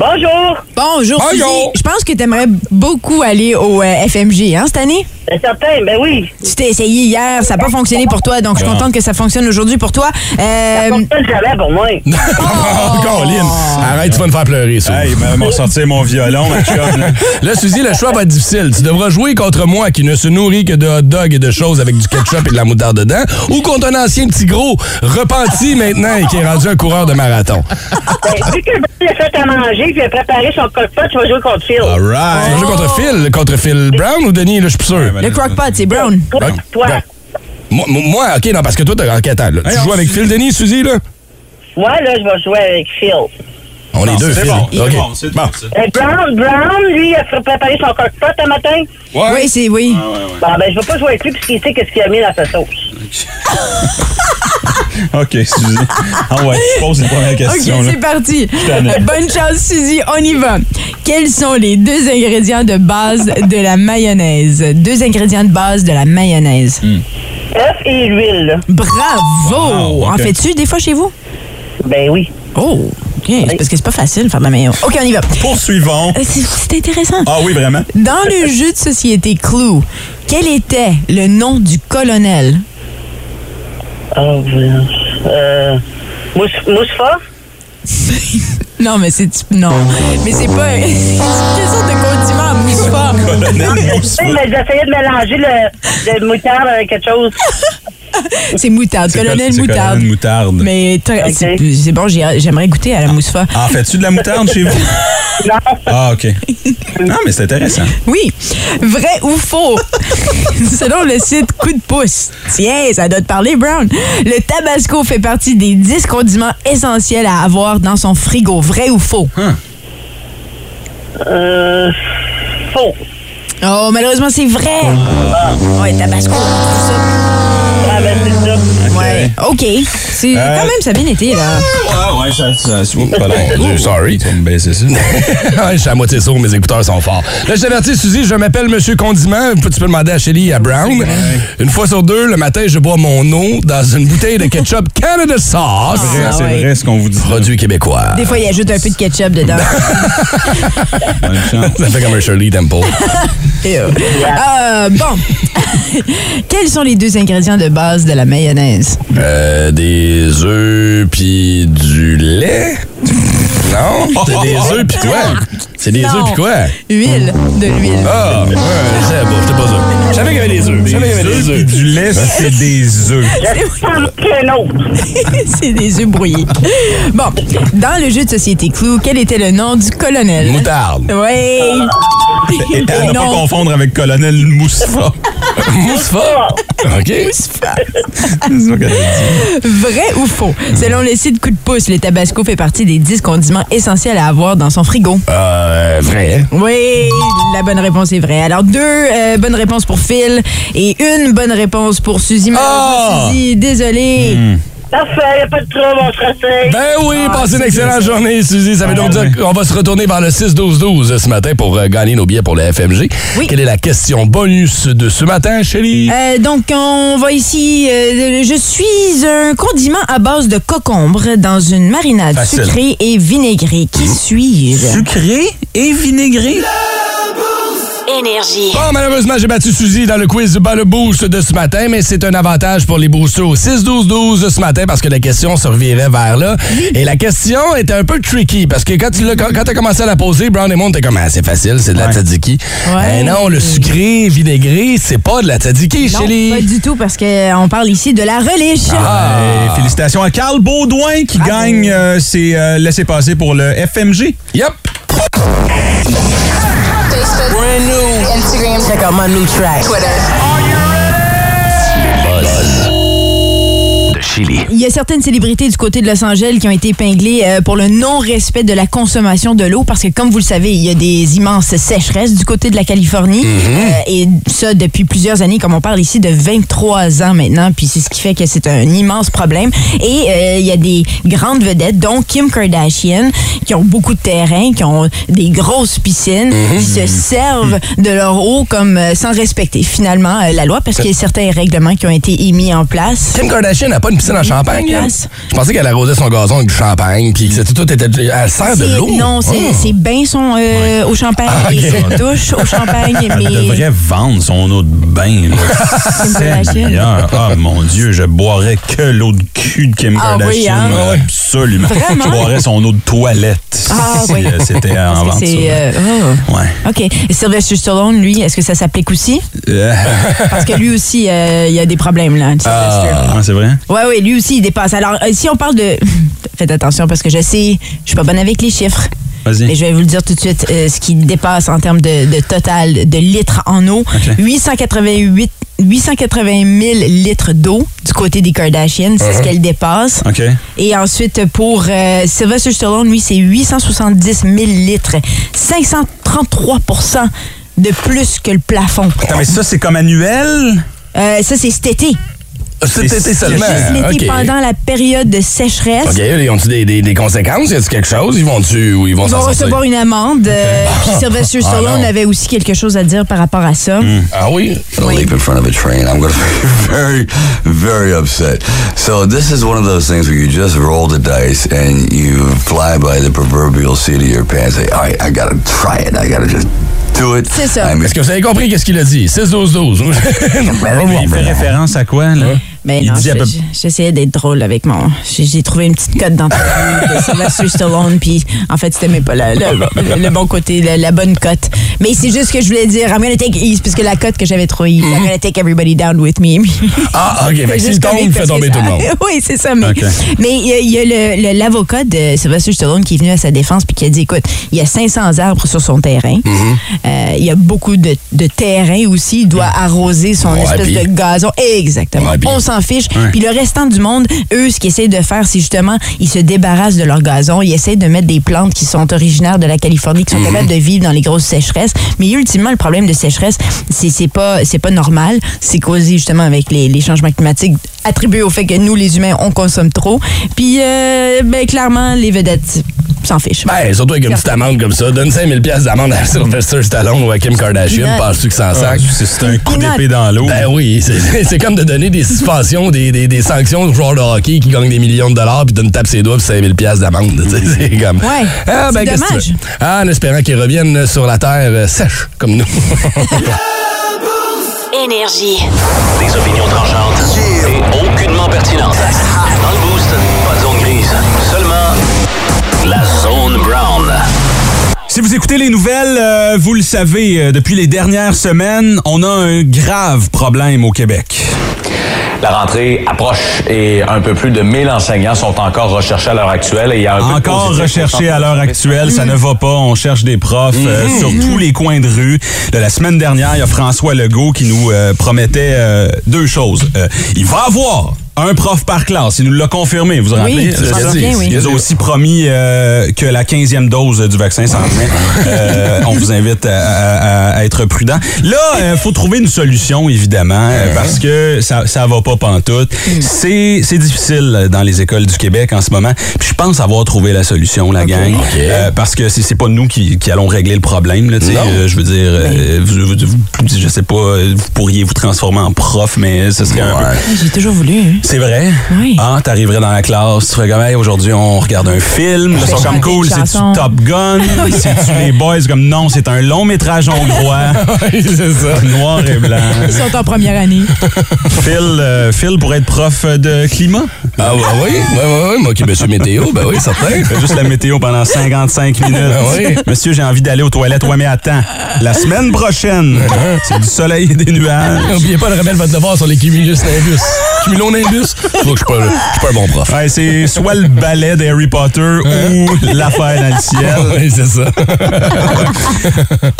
[SPEAKER 7] Bonjour!
[SPEAKER 5] Bonjour, Suzy.
[SPEAKER 3] Bonjour.
[SPEAKER 5] Je pense que tu aimerais beaucoup aller au euh, FMG hein, cette année.
[SPEAKER 7] C'est certain, ben oui.
[SPEAKER 5] Tu t'es essayé hier, ça n'a pas fonctionné pour toi, donc je suis contente que ça fonctionne aujourd'hui pour toi. Euh,
[SPEAKER 7] Comme ça, jamais pour moi.
[SPEAKER 3] Oh, Colin! Arrête, tu vas me faire pleurer, ça.
[SPEAKER 6] Hey, ils m'ont sorti mon violon, ma chum. là.
[SPEAKER 3] Là, Suzy, le choix va être difficile. Tu devras jouer contre moi qui ne se nourrit que de hot dog et de choses avec du ketchup et de la moutarde dedans ou contre un ancien petit gros repenti maintenant et qui est rendu un coureur de marathon.
[SPEAKER 7] Ben, vu que le bonhomme a fait à manger, puis a préparé son cockpit, tu vas jouer contre
[SPEAKER 3] Ah,
[SPEAKER 7] Phil.
[SPEAKER 6] All
[SPEAKER 3] Tu vas
[SPEAKER 6] right.
[SPEAKER 3] jouer contre Phil, contre Phil Brown ou Denis, là, je suis plus sûr.
[SPEAKER 5] le crockpot, c'est Brown.
[SPEAKER 7] Toi,
[SPEAKER 3] Ben,
[SPEAKER 7] toi.
[SPEAKER 3] ben. Moi, moi, OK, non, parce que toi, t'as ok, attends, là, tu
[SPEAKER 6] Hey,
[SPEAKER 3] joues
[SPEAKER 6] on-
[SPEAKER 3] avec Phil, Denis, Suzy, là?
[SPEAKER 7] Moi, là, je vais jouer avec Phil.
[SPEAKER 3] On est
[SPEAKER 6] Non,
[SPEAKER 3] deux,
[SPEAKER 6] c'est
[SPEAKER 3] Phil.
[SPEAKER 6] bon, c'est
[SPEAKER 3] OK.
[SPEAKER 6] bon, c'est bon, ça.
[SPEAKER 7] Et Brown, Brown, lui, a pr- préparé son cockpit ce matin.
[SPEAKER 3] Ouais.
[SPEAKER 5] Oui, c'est oui.
[SPEAKER 6] Ah
[SPEAKER 7] Bon, ben, je vais pas jouer avec lui, parce qu'il sait qu'est-ce qu'il a mis dans sa sauce.
[SPEAKER 6] OK, Suzy. Ah ouais, tu poses une première
[SPEAKER 5] Ok,
[SPEAKER 6] question. là.
[SPEAKER 5] c'est parti.
[SPEAKER 6] tanné.
[SPEAKER 5] Bonne chance, Suzy. On y va. Quels sont les deux ingrédients de base de la mayonnaise? Deux ingrédients de base de la mayonnaise.
[SPEAKER 6] Hmm.
[SPEAKER 7] Œuf et l'huile, là.
[SPEAKER 5] Bravo!
[SPEAKER 6] Wow, ok.
[SPEAKER 5] En fais-tu des fois chez vous?
[SPEAKER 7] Ben oui.
[SPEAKER 5] Oh, OK. C'est parce que c'est pas facile de faire de la mayo. OK, on y va.
[SPEAKER 6] Poursuivons.
[SPEAKER 5] Euh, C'est c'est intéressant.
[SPEAKER 6] Ah oui, vraiment?
[SPEAKER 5] Dans le jeu de société Clue, quel était le nom du colonel?
[SPEAKER 7] Oh, ben, euh, Mous- Mousfa?
[SPEAKER 5] Non, mais c'est... Non, mais c'est pas... C'est quelle sorte de condiment à mousse fort?
[SPEAKER 7] Oui, mais j'essayais Ben, de mélanger le, le moutarde avec quelque chose.
[SPEAKER 5] C'est moutarde.
[SPEAKER 6] C'est
[SPEAKER 5] Colonel
[SPEAKER 6] col- c'est
[SPEAKER 5] moutarde.
[SPEAKER 6] colonel moutarde.
[SPEAKER 5] Mais t'as-
[SPEAKER 7] Ok.
[SPEAKER 5] c'est c'est bon, j'ai- j'aimerais goûter à la mousse fort.
[SPEAKER 6] Ah, fais-tu de la moutarde chez vous?
[SPEAKER 7] Non,
[SPEAKER 6] Ah, OK. Non, mais c'est intéressant.
[SPEAKER 5] Oui. Vrai ou faux? Selon le site Coup de pouce. Tiens, ça doit te parler, Brown. Le tabasco fait partie des 10 condiments essentiels à avoir dans son frigo. Vrai ou faux?
[SPEAKER 7] euh, faux.
[SPEAKER 5] Oh, malheureusement, c'est vrai. Ouais, tabasco. tout
[SPEAKER 7] Ah, ben, c'est ça.
[SPEAKER 5] ça. Ouais. OK. C'est
[SPEAKER 6] Euh,
[SPEAKER 5] quand même, ça a bien été, là.
[SPEAKER 6] Ah ouais, ça... ça, ça
[SPEAKER 3] Dieu, sorry.
[SPEAKER 6] Tu vas me baisser ça.
[SPEAKER 3] Ouais, je suis à moitié sourd, mes écouteurs sont forts. Là, je t'avertis, Suzy, je m'appelle Monsieur Condiment. Tu peux demander à Shelly et à Brown. Une fois sur deux, le matin, je bois mon eau dans une bouteille de ketchup Canada Sauce.
[SPEAKER 5] Ah
[SPEAKER 6] C'est
[SPEAKER 5] ouais.
[SPEAKER 6] vrai ce qu'on vous dit.
[SPEAKER 3] Produit québécois.
[SPEAKER 5] Des fois, il ajoute un peu de ketchup dedans.
[SPEAKER 6] Bonne chance.
[SPEAKER 3] Ça fait comme un Shirley Temple.
[SPEAKER 5] Ew. Euh, bon. Quels sont les deux ingrédients de base de la mayonnaise?
[SPEAKER 3] Euh, des œufs puis du lait? Non? C'est des œufs puis quoi? C'est des œufs puis quoi?
[SPEAKER 5] Huile. De l'huile.
[SPEAKER 3] Ah, ouais, c'est bon, c'était pas ça. Je savais qu'il y avait des œufs. Je savais qu'il y avait des œufs. des
[SPEAKER 6] Puis
[SPEAKER 3] œufs.
[SPEAKER 6] du lait, c'est des œufs.
[SPEAKER 7] J'en manque un autre.
[SPEAKER 5] C'est des œufs brouillés. Bon, dans le jeu de société Clou, quel était le nom du colonel?
[SPEAKER 3] Moutarde.
[SPEAKER 5] Oui.
[SPEAKER 6] Et à ne pas
[SPEAKER 5] Non.
[SPEAKER 6] confondre avec Colonel Mousfa.
[SPEAKER 3] Mousfa. OK.
[SPEAKER 6] C'est ça qu'elle a dit.
[SPEAKER 5] Vrai ou faux? Selon le site Coup de pouce, le tabasco fait partie des 10 condiments essentiels à avoir dans son frigo.
[SPEAKER 3] Euh, vrai.
[SPEAKER 5] Oui, la bonne réponse est vraie. Alors, deux euh, bonnes réponses pour Phil et une bonne réponse pour Suzy. Malheureusement,
[SPEAKER 3] Ah!
[SPEAKER 5] Suzy, désolée.
[SPEAKER 6] Hmm.
[SPEAKER 7] Parfait, y a pas de trouble, on se renseigne.
[SPEAKER 3] Ben oui, passez une excellente journée, Suzy. Ça veut donc dire qu'on va se retourner vers le 6-12-12 ce matin pour euh, gagner nos billets pour le FMG.
[SPEAKER 5] Oui.
[SPEAKER 3] Quelle est la question bonus de ce matin, chérie?
[SPEAKER 5] Euh, donc, on va ici. euh, je suis un condiment à base de cocombre dans une marinade
[SPEAKER 6] Facile.
[SPEAKER 5] sucrée et vinaigrée. Qui suis-je?
[SPEAKER 6] Sucré et vinaigré.
[SPEAKER 1] Énergie.
[SPEAKER 3] Bon, Ah, malheureusement, j'ai battu Suzy dans le quiz du bas le boost de ce matin, mais c'est un avantage pour les boosters au 6-12-12 ce matin parce que la question se revirait vers là. Et la question était un peu tricky parce que quand tu l'as- quand, quand t'as commencé à la poser, Brown et Moon, t'es comme, ah, c'est facile, c'est de la tzatziki.
[SPEAKER 5] Ouais.
[SPEAKER 3] Eh non, le sucré, vinaigré, c'est pas de la tzatziki,
[SPEAKER 5] Non,
[SPEAKER 3] chérie.
[SPEAKER 5] pas du tout, parce qu'on parle ici de la religion.
[SPEAKER 3] Ah.
[SPEAKER 6] Et félicitations à Carl Baudouin
[SPEAKER 5] Ah
[SPEAKER 6] qui gagne euh, ses euh, laissés-passer pour le FMG.
[SPEAKER 3] Yep.
[SPEAKER 1] Instagram. Check out my new track. Twitter.
[SPEAKER 2] de Chili.
[SPEAKER 5] Il y a certaines célébrités du côté de Los Angeles qui ont été épinglées euh, pour le non-respect de la consommation de l'eau parce que, comme vous le savez, il y a des immenses sécheresses du côté de la Californie. Euh, et ça, depuis plusieurs années, comme on parle ici de 23 ans maintenant. Puis c'est ce qui fait que c'est un immense problème. Et euh, il y a des grandes vedettes, dont Kim Kardashian, qui ont beaucoup de terrain, qui ont des grosses piscines, qui se servent de leur eau comme euh, sans respecter finalement euh, la loi parce qu'il y a certains règlements qui ont été émis en place.
[SPEAKER 3] Kim Kardashian n'a pas une piscine en champagne.
[SPEAKER 5] pas de
[SPEAKER 3] elle.
[SPEAKER 5] place.
[SPEAKER 3] Je pensais qu'elle arrosait son gazon avec du champagne, puis que c'était tout était. Elle sert Ah, de
[SPEAKER 5] C'est-
[SPEAKER 3] l'eau.
[SPEAKER 5] Non, c'est
[SPEAKER 3] Oh.
[SPEAKER 5] ses bains sont euh, au champagne,
[SPEAKER 3] Ah, ok. Ah,
[SPEAKER 5] et se douche au champagne,
[SPEAKER 6] Elle
[SPEAKER 5] mais
[SPEAKER 6] devrait vendre son eau de bain. là.
[SPEAKER 5] Kardashian.
[SPEAKER 6] Seigneur. Ah, mon Dieu, je boirais que l'eau de cul de Kim
[SPEAKER 5] Ah
[SPEAKER 6] Kardashian.
[SPEAKER 5] oui, hein?
[SPEAKER 6] euh, Absolument.
[SPEAKER 5] Vraiment?
[SPEAKER 6] Je boirais son eau de toilette
[SPEAKER 5] Ah
[SPEAKER 6] si
[SPEAKER 5] oui.
[SPEAKER 6] euh, c'était en
[SPEAKER 5] parce
[SPEAKER 6] vente.
[SPEAKER 5] que
[SPEAKER 6] ça.
[SPEAKER 5] c'est. euh,
[SPEAKER 6] Ouais.
[SPEAKER 5] oh. OK. Et Sylvester Stallone, lui, est-ce que ça s'applique aussi?
[SPEAKER 6] Euh,
[SPEAKER 5] Parce que lui aussi, euh, il y a des problèmes, là. Sylvester.
[SPEAKER 6] ah, c'est vrai?
[SPEAKER 5] Ouais, oui, lui aussi, il dépasse. Alors, euh, si on parle de. Faites attention parce que je sais, je suis pas bonne avec les chiffres. Mais
[SPEAKER 6] Vas-y.
[SPEAKER 5] je vais vous le dire tout de suite, euh, ce qui dépasse en termes de, de total de litres en eau.
[SPEAKER 6] OK.
[SPEAKER 5] 888, 880 000 litres d'eau du côté des Kardashians, c'est
[SPEAKER 3] Uh-huh.
[SPEAKER 5] ce qu'elle dépasse.
[SPEAKER 6] OK.
[SPEAKER 5] Et ensuite, pour euh, Sylvester Stallone, lui, c'est 870 000 litres. 533 de plus que le plafond.
[SPEAKER 6] Attends, mais ça, c'est comme annuel?
[SPEAKER 5] Euh, ça, c'est cet été.
[SPEAKER 3] Cet
[SPEAKER 6] C'est-
[SPEAKER 3] été seulement. Ah,
[SPEAKER 5] Juste l'été
[SPEAKER 3] OK.
[SPEAKER 5] pendant la période de sécheresse.
[SPEAKER 3] OK, ils ont-tu des, des, des conséquences? Y a-tu quelque chose? Ils vont-tu ou ils vont
[SPEAKER 5] Ils
[SPEAKER 3] s'en
[SPEAKER 5] vont
[SPEAKER 3] sortir?
[SPEAKER 5] recevoir une amende. euh, puis Sylvester
[SPEAKER 3] Ah,
[SPEAKER 5] Stallone
[SPEAKER 3] non.
[SPEAKER 5] avait aussi quelque chose à dire par rapport à ça.
[SPEAKER 3] Ah oui?
[SPEAKER 8] gonna leap in front of a train. I'm going to be very, very upset. So this is one of those things where you just roll the dice and you fly by the proverbial seat of your pants. Say, all right, I got to try it. I got to just do it.
[SPEAKER 5] C'est ça.
[SPEAKER 8] I'm
[SPEAKER 3] Est-ce que vous avez compris qu'est-ce qu'il a dit? 6-12-12.
[SPEAKER 6] Ben Il fait référence à quoi, là?
[SPEAKER 5] Mais
[SPEAKER 6] Il
[SPEAKER 5] Ben non,
[SPEAKER 6] dit à
[SPEAKER 5] je-
[SPEAKER 6] peu-
[SPEAKER 5] je- j'essayais d'être drôle avec mon. J'ai j'ai trouvé une petite cote d'entrée de Sylvester Stallone, puis en fait, c'était même pas la- la- le, le bon côté, la, la bonne cote. Mais c'est juste que je voulais dire, I'm gonna take East, puisque la cote que j'avais trouvée, I'm gonna take everybody down with me.
[SPEAKER 3] Mhm. Ah, OK. Fait que
[SPEAKER 5] C'est
[SPEAKER 3] s'il
[SPEAKER 5] juste
[SPEAKER 3] tombe,
[SPEAKER 5] comique
[SPEAKER 3] il fait
[SPEAKER 5] parce que
[SPEAKER 3] tomber
[SPEAKER 5] ça-
[SPEAKER 3] tout le monde.
[SPEAKER 5] oui, c'est ça. Mais
[SPEAKER 6] OK.
[SPEAKER 5] mais il y a- il y a, le- le- l'avocat de Sylvester Stallone qui est venu à sa défense puis qui a dit, écoute, il y a 500 arbres sur son terrain.
[SPEAKER 3] Mhm.
[SPEAKER 5] Euh, il y a beaucoup de, de terrain aussi. Il doit arroser son
[SPEAKER 3] Ouais,
[SPEAKER 5] espèce
[SPEAKER 3] puis-
[SPEAKER 5] de gazon. Exactement.
[SPEAKER 3] Ouais, puis-
[SPEAKER 5] On s'en fiche. Puis le restant du monde, eux, ce qu'ils essayent de faire, c'est justement, ils se débarrassent de leur gazon. Ils essayent de mettre des plantes qui sont originaires de la Californie, qui sont
[SPEAKER 6] Mhm.
[SPEAKER 5] capables de vivre dans les grosses sécheresses. Mais ultimement, le problème de sécheresse, c'est c'est pas, c'est pas normal. C'est causé justement avec les, les changements climatiques attribués au fait que nous, les humains, on consomme trop. Puis, euh, ben, clairement, les vedettes s'en fichent.
[SPEAKER 3] Ben, surtout avec une petite amende comme ça. Donne 5000 pièces d'amende à Sylvester Stallone ou à Kim Kardashian.
[SPEAKER 5] Peanut.
[SPEAKER 3] Penses-tu que ça en
[SPEAKER 6] Ah,
[SPEAKER 3] sac?
[SPEAKER 6] c'est c'est un coup
[SPEAKER 5] Peanut.
[SPEAKER 6] d'épée dans l'eau.
[SPEAKER 3] Ben oui, c'est c'est comme de donner des suspensions, des, des, des sanctions aux joueurs de hockey qui gagnent des millions de dollars puis de nous taper ses doigts puis 5000 pièces d'amende. tu sais, C'est comme...
[SPEAKER 5] Ouais,
[SPEAKER 3] Ah, ben,
[SPEAKER 5] c'est
[SPEAKER 3] qu'est-ce que tu
[SPEAKER 5] dommage.
[SPEAKER 3] veux? Ah, en espérant qu'ils reviennent sur la terre euh, sèche comme nous.
[SPEAKER 1] Énergie.
[SPEAKER 2] Des opinions tranchantes et aucunement pertinentes. Dans le boost, pas de zone grise, seulement la zone brown.
[SPEAKER 6] Si vous écoutez les nouvelles, euh, vous le savez, euh, depuis les dernières semaines, on a un grave problème au Québec.
[SPEAKER 9] La rentrée approche et un peu plus de 1000 enseignants sont encore recherchés à l'heure actuelle. Et il y a un peu de
[SPEAKER 6] Encore
[SPEAKER 9] positif.
[SPEAKER 6] recherché à l'heure actuelle, ça ne va pas. On cherche des profs euh, sur tous les coins de rue. Là, la semaine dernière, il y a François Legault qui nous euh, promettait euh, deux choses. Euh, il va avoir un prof par classe. Il nous l'a confirmé, vous vous rappelez?
[SPEAKER 5] Oui, je me
[SPEAKER 6] Il a dit-
[SPEAKER 5] souviens, oui.
[SPEAKER 6] Il a aussi promis euh, que la 15e dose du vaccin s'en venait. Euh, on vous invite à, à- à- à être prudent. Là, il faut trouver une solution, évidemment, euh, parce que ça ça va pas pantoute. C'est c'est difficile euh, dans les écoles du Québec en ce moment. Puis je pense avoir trouvé la solution, la gang. Euh, parce que c'est c'est pas nous qui, qui allons régler le problème. Là, tu sais. Euh, je veux dire, euh, vous, vous- vous- je sais pas, euh, vous pourriez vous transformer en prof, mais ce serait un peu-
[SPEAKER 5] J'ai toujours voulu. hein.
[SPEAKER 6] c'est vrai?
[SPEAKER 5] Oui.
[SPEAKER 6] Ah, t'arriverais dans la classe, tu ferais comme, hey, aujourd'hui, on regarde un film. Là, ils sont comme
[SPEAKER 5] Fait chanter
[SPEAKER 6] cool,
[SPEAKER 5] une
[SPEAKER 6] c'est-tu
[SPEAKER 5] chanson.
[SPEAKER 6] Top Gun? c'est-tu les boys? Comme, non, c'est un long métrage hongrois,
[SPEAKER 3] c'est ça.
[SPEAKER 6] noir et blanc.
[SPEAKER 5] Ils sont en première année.
[SPEAKER 6] Phil, euh, Phil pourrait être prof de climat.
[SPEAKER 3] Ah ouais, oui, oui, oui, oui, moi qui me suis météo, ben oui, certain.
[SPEAKER 6] Fait Juste la météo pendant 55 minutes.
[SPEAKER 3] Ah oui.
[SPEAKER 6] Monsieur, j'ai envie d'aller aux toilettes. Ouais, mais attends. La semaine prochaine, c'est du soleil et des nuages.
[SPEAKER 3] N'oubliez pas de remettre votre devoir sur les cumulus nimbus. Cumulonimbus? Je crois que je suis pas, je suis pas un bon prof.
[SPEAKER 6] Ouais, c'est soit le ballet d'Harry
[SPEAKER 3] Hein?
[SPEAKER 6] Potter ou l'affaire dans le ciel.
[SPEAKER 3] Oui, c'est ça.